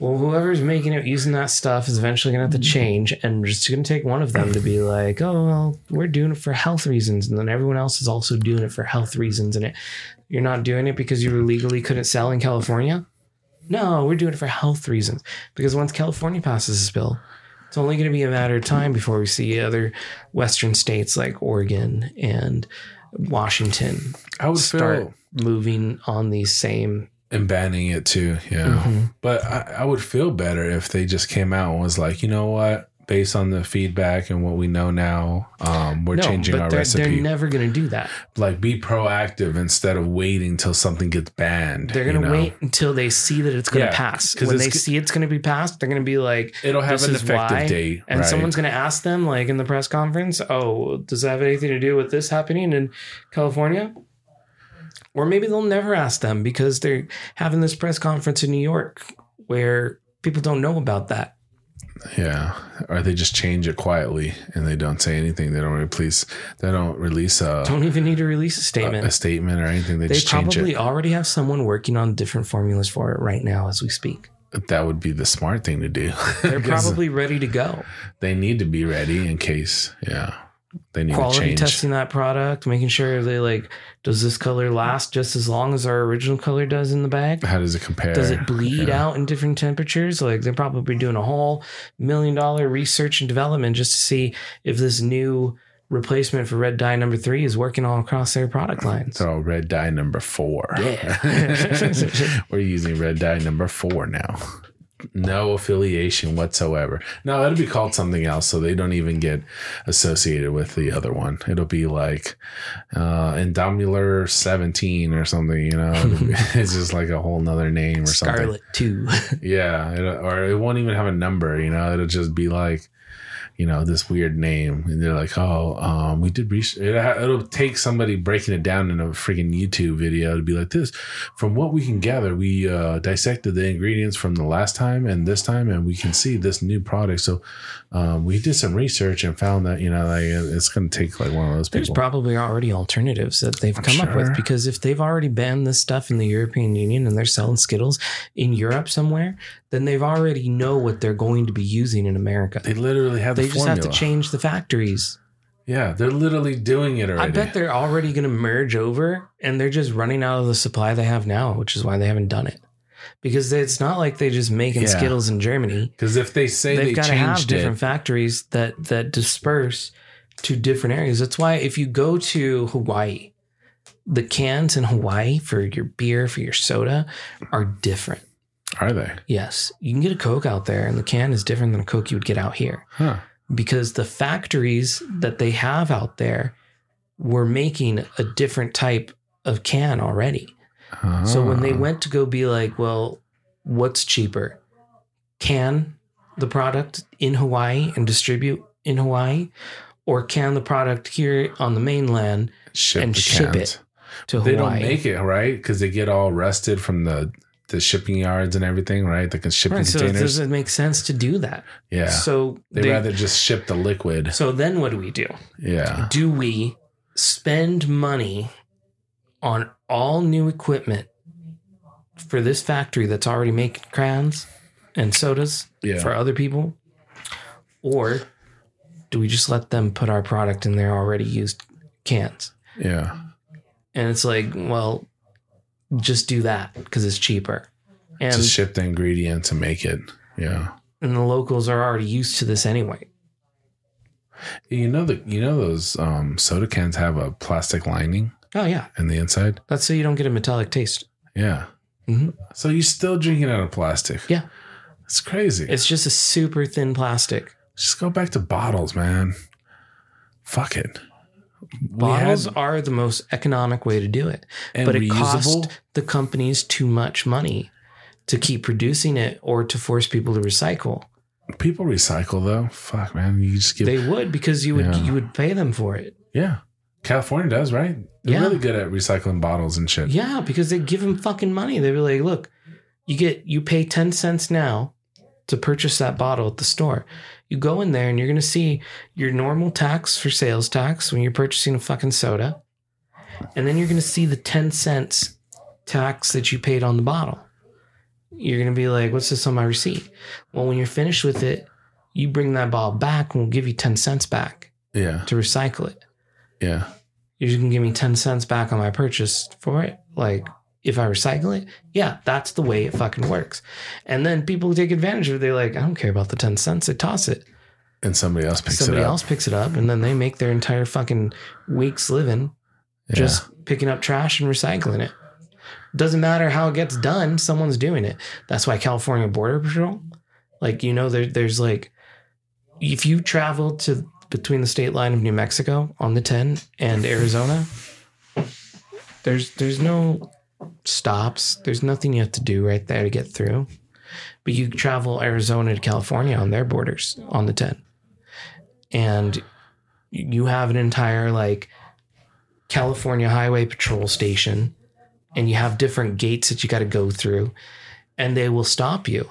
Well, whoever's making it using that stuff is eventually going to have to change, and we're just going to take one of them to be like, "Oh, well, we're doing it for health reasons," and then everyone else is also doing it for health reasons, and it, you're not doing it because you legally couldn't sell in California. No, we're doing it for health reasons because once California passes this bill, it's only going to be a matter of time before we see other Western states like Oregon and Washington
I would
start
feel
moving on these same.
and banning it too. Yeah,
Mhm.
but I, I would feel better if they just came out and was like, you know what? Based on the feedback and what we know now, um, we're
No,
changing
but
our
they're,
recipe.
They're never going to do that.
like, be proactive instead of waiting till something gets banned.
They're
you
gonna
know?
wait until they see that it's gonna
Yeah,
pass.
'cause
When
it's
they
g-
see it's gonna be passed, they're gonna be like,
It'll have
This
an
is
effective
why,
date,
and
right?
someone's gonna ask them, like in the press conference, oh, does that have anything to do with this happening in California? Or maybe they'll never ask them because they're having this press conference in New York where people don't know about that.
Yeah. Or they just change it quietly and they don't say anything. They don't release they don't release a,
Don't even need to release a
a,
statement.
a statement or anything. Uh, They,
they
just change
probably
it.
already have someone working on different formulas for it right now as we speak.
That would be the smart thing to do.
They're
'Cause
probably ready to go.
they need to be ready in case yeah. They need to
quality
change.
testing that product, making sure they like, does this color last just as long as our original color does in the bag?
How does it compare?
Does it bleed
Yeah.
out in different temperatures? Like they're probably doing a whole million dollar research and development just to see if this new replacement for red dye number three is working all across their product lines.
So red dye number four.
Yeah.
We're using red dye number four now. No affiliation whatsoever. No, it'll be called something else, so they don't even get associated with the other one. It'll be like uh Indomular 17 or something, you know. It'll be- it's just like a whole nother name or something.
Scarlet two.
Yeah. It, or it won't even have a number, you know, it'll just be like you know this weird name and they're like oh um, we did research it, it'll take somebody breaking it down in a freaking youtube video to be like this from what we can gather we uh, dissected the ingredients from the last time and this time and we can see this new product so um, we did some research and found that you know like it- it's going to take like one of those
There's
people
probably already alternatives that they've come up
sure.
with because if they've already banned this stuff in the European Union and they're selling Skittles in Europe somewhere, then they've already know what they're going to be using in America.
they literally have
They
the
just
formula.
have to change the factories.
yeah they're literally doing it
I
already
bet they're already going to merge over and they're just running out of the supply they have now, which is why they haven't done it. Because they- it's not like they're just making
Yeah.
Skittles in Germany.
because if they say
They've
they
got to have
changed it
different factories that that disperse to different areas. That's why if you go to Hawaii, the cans in Hawaii for your beer, for your soda are different.
are they
Yes. You can get a Coke out there and the can is different than a Coke you would get out here.
huh
because the factories that they have out there were making a different type of can already. So when they
Ah.
went to go be like, well, what's cheaper? Can the product in Hawaii and distribute in Hawaii, or can the product here on the mainland
ship
and
the
ship
cans.
it to
they
Hawaii?
don't make it right because they get all rusted from the the shipping yards and everything, right? The con- shipping
Right, so it
containers.
doesn't make sense to do that.
yeah,
So
they
they-
rather just ship the liquid.
so then what do we do?
Yeah,
do we spend money on all new equipment for this factory that's already making crayons and sodas
yeah.
for other people? Or do we just let them put our product in their already used cans?
yeah,
And it's like, well, just do that because it's cheaper. And,
just ship the ingredients and make it. Yeah,
and the locals are already used to this anyway.
you know the you know those um, soda cans have a plastic lining
Oh, yeah.
in the inside.
That's so you don't get a metallic taste.
Yeah,
Mhm.
so you're still drinking out of plastic.
Yeah.
it's crazy.
It's just a super thin plastic.
just go back to bottles, man. Fuck it. We had-
Bottles are the most economic way to do it,
and
but it
reusable.
cost the companies too much money to keep producing it or to force people to recycle.
People recycle though. Fuck, man. You just give.
They would because you would
Yeah.
you would pay them for it.
yeah. California does, right? They're
Yeah.
really good at recycling bottles and shit.
Yeah, because they give them fucking money. They were like, look, you get you pay ten cents now to purchase that bottle at the store. You go in there and you're gonna see your normal tax for sales tax when you're purchasing a fucking soda, and then you're gonna see the ten cents tax that you paid on the bottle. You're gonna be like, what's this on my receipt? Well, when you're finished with it, you bring that bottle back and we'll give you ten cents back
Yeah.
to recycle it
Yeah.
you can give me 10 cents back on my purchase for it. Like, if I recycle it, yeah, that's the way it fucking works. And then people take advantage of it. They're like, I don't care about the 10 cents. They toss it.
And somebody else picks
Somebody
it up.
else picks it up and then they make their entire fucking week's living
Yeah.
just picking up trash and recycling it. Doesn't matter how it gets done, someone's doing it. That's why California Border Patrol, like, you know, there, there's like, if you travel to between the state line of New Mexico on the 10 and Arizona, there's there's no stops. There's nothing you have to do right there to get through. But you travel Arizona to California on their borders on the 10. And you have an entire like California Highway Patrol station and you have different gates that you got to go through and they will stop you.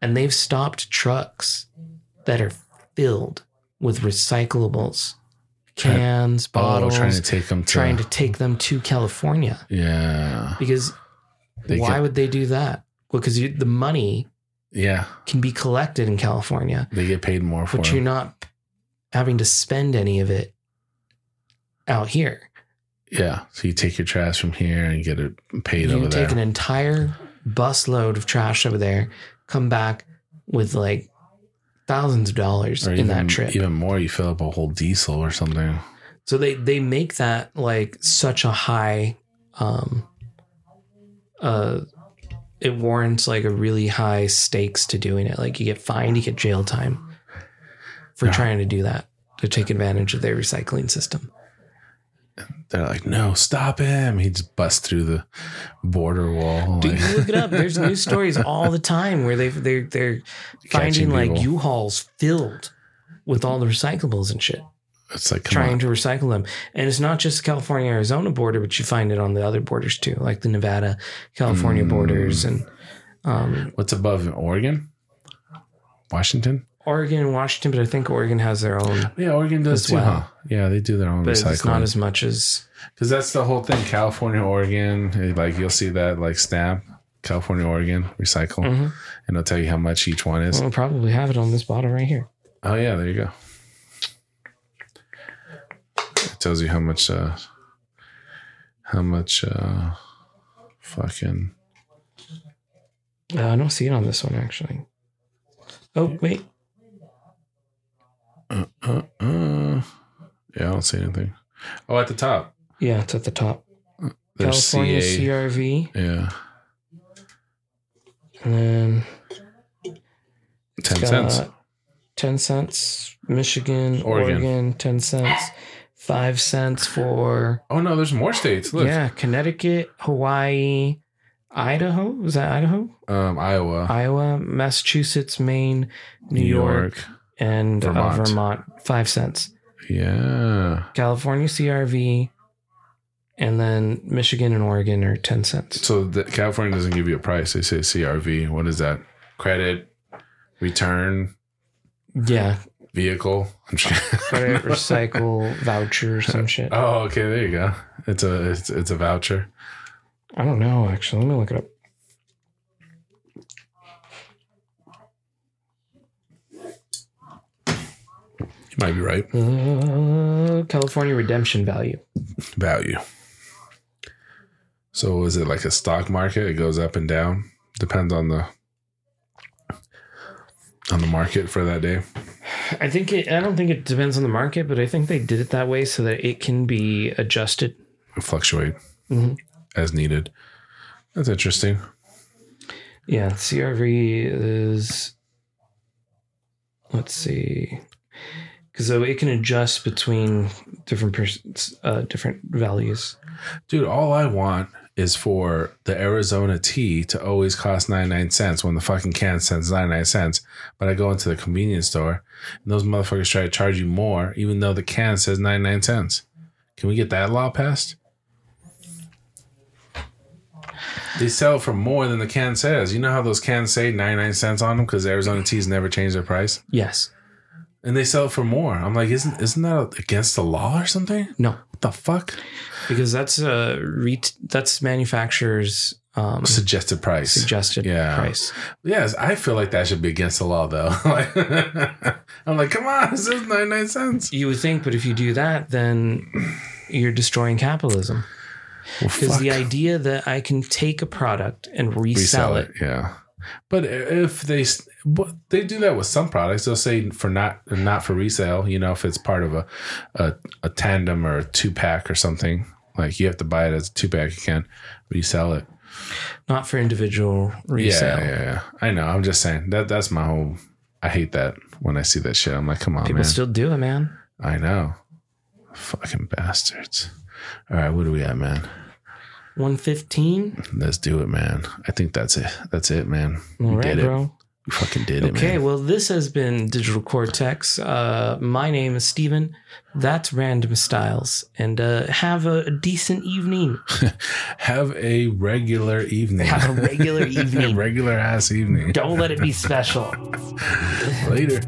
And they've stopped trucks that are filled with recyclables,
Trying-
cans,
oh,
bottles,
trying to take them to.
trying to take them to California
yeah.
because
They
why
could-
would they do that? Well, because you, the money
Yeah.
can be collected in California,
They get paid more for
but
it.
you're not having to spend any of it out here.
yeah. So you take your trash from here and get it paid
You
over
take
there.
an entire busload of trash over there, come back with like thousands of dollars
or
in
even,
that trip.
even more, you fill up a whole diesel or something.
So they they make that like such a high um uh it warrants like a really high stakes to doing it. Like you get fined, you get jail time for
Yeah.
trying to do that to take advantage of their recycling system.
They're like, no, stop him. He just busts through the border wall.
Dude,
like-
you look it up. There's news stories all the time where they they're they're finding
Catching
like
people.
U-Hauls filled with all the recyclables and shit.
It's like, come
trying
on.
to recycle them. And it's not just the California Arizona border, but you find it on the other borders too, like the Nevada California
Mm.
borders and um,
What's above in Oregon? Washington?
Oregon and Washington. But I think Oregon has their own,
Yeah, Oregon does
As
too.
well.
huh? Yeah, they do their own
but it's not
recycling.
as much as
Because that's the whole thing. California, Oregon, it- like you'll see that like snap, California, Oregon, recycle,
Mhm.
and it'll tell you how much each one is.
we'll probably have it on this bottle right here.
Oh yeah, there you go. It tells you how much, uh, how much, uh, fucking.
Uh, I don't see it on this one actually. Oh wait,
Uh, uh, uh. Yeah, I don't see anything. Oh, at the top,
yeah, it's at the top.
there's
California
CA.
CRV,
yeah,
and then it's
ten
got
cents.
Ten cents. Michigan,
Oregon.
Oregon, ten cents. Five cents for
Oh no, there's more states. Look,
Yeah, Connecticut, Hawaii, Idaho. Was that Idaho?
um, Iowa,
Iowa, Massachusetts, Maine, Uh, New, York, and Vermont.
Vermont.
Uh, Vermont. Five cents.
Yeah.
California CRV, and then Michigan and Oregon are ten cents.
So the, California doesn't give you a price. They say CRV. What is that? Credit, return,
Yeah,
vehicle. I'm just
credit, recycle, voucher, some shit.
oh, okay. There you go. It's a it's, it's a voucher.
I don't know. Actually, let me look it up.
You might be right.
Uh, California redemption value.
Value. So is it like a stock market? It goes up and down. Depends on the on the market for that day.
I think it. I don't think it depends on the market, but I think they did it that way so that it can be adjusted.
Fluctuate
Mhm.
as needed. That's interesting.
Yeah, CRV is. Let's see, because so it can adjust between different pers- uh, different values.
Dude, all I want is for the Arizona tea to always cost 99 cents when the fucking can sends 99 cents. But I go into the convenience store and those motherfuckers try to charge you more, even though the can says 99 cents. Can we get that law passed? They sell for more than the can says. You know how those cans say 99 cents on them because Arizona teas never change their price?
Yes.
And they sell it for more. I'm like, isn't isn't that against the law or something?
No.
What the fuck?
Because that's uh ret- that's manufacturer's um,
Suggested price.
suggested
Yeah.
price.
Yes, I feel like that should be against the law though. Like, I'm like, come on, this is 99 cents.
You would think, but if you do that, then you're destroying capitalism.
Well,
Because
fuck.
the idea that I can take a product and resell,
resell
it.
it. Yeah. But if they s- but they do that with some products, they'll say for not not for resale. You know, if it's part of a a, a tandem or a two pack or something, like you have to buy it as a two pack. You can resell it.
not for individual resale.
Yeah, yeah, yeah. I know. I'm just saying that. That's my whole. I hate that when I see that shit. I'm like, come on,
People
man.
still do it, man.
I know. Fucking bastards. All right, what do we at, man?
115.
Let's do it, man. I think that's it. That's it, man. We
All right,
did it.
bro.
We fucking did it,
Okay,
man.
well, this has been Digital Cortex. Uh, my name is Steven. That's Random Styles. And uh, have a decent evening.
Have a regular evening.
Have a regular
a
evening.
regular ass evening.
Don't let it be special.
Later.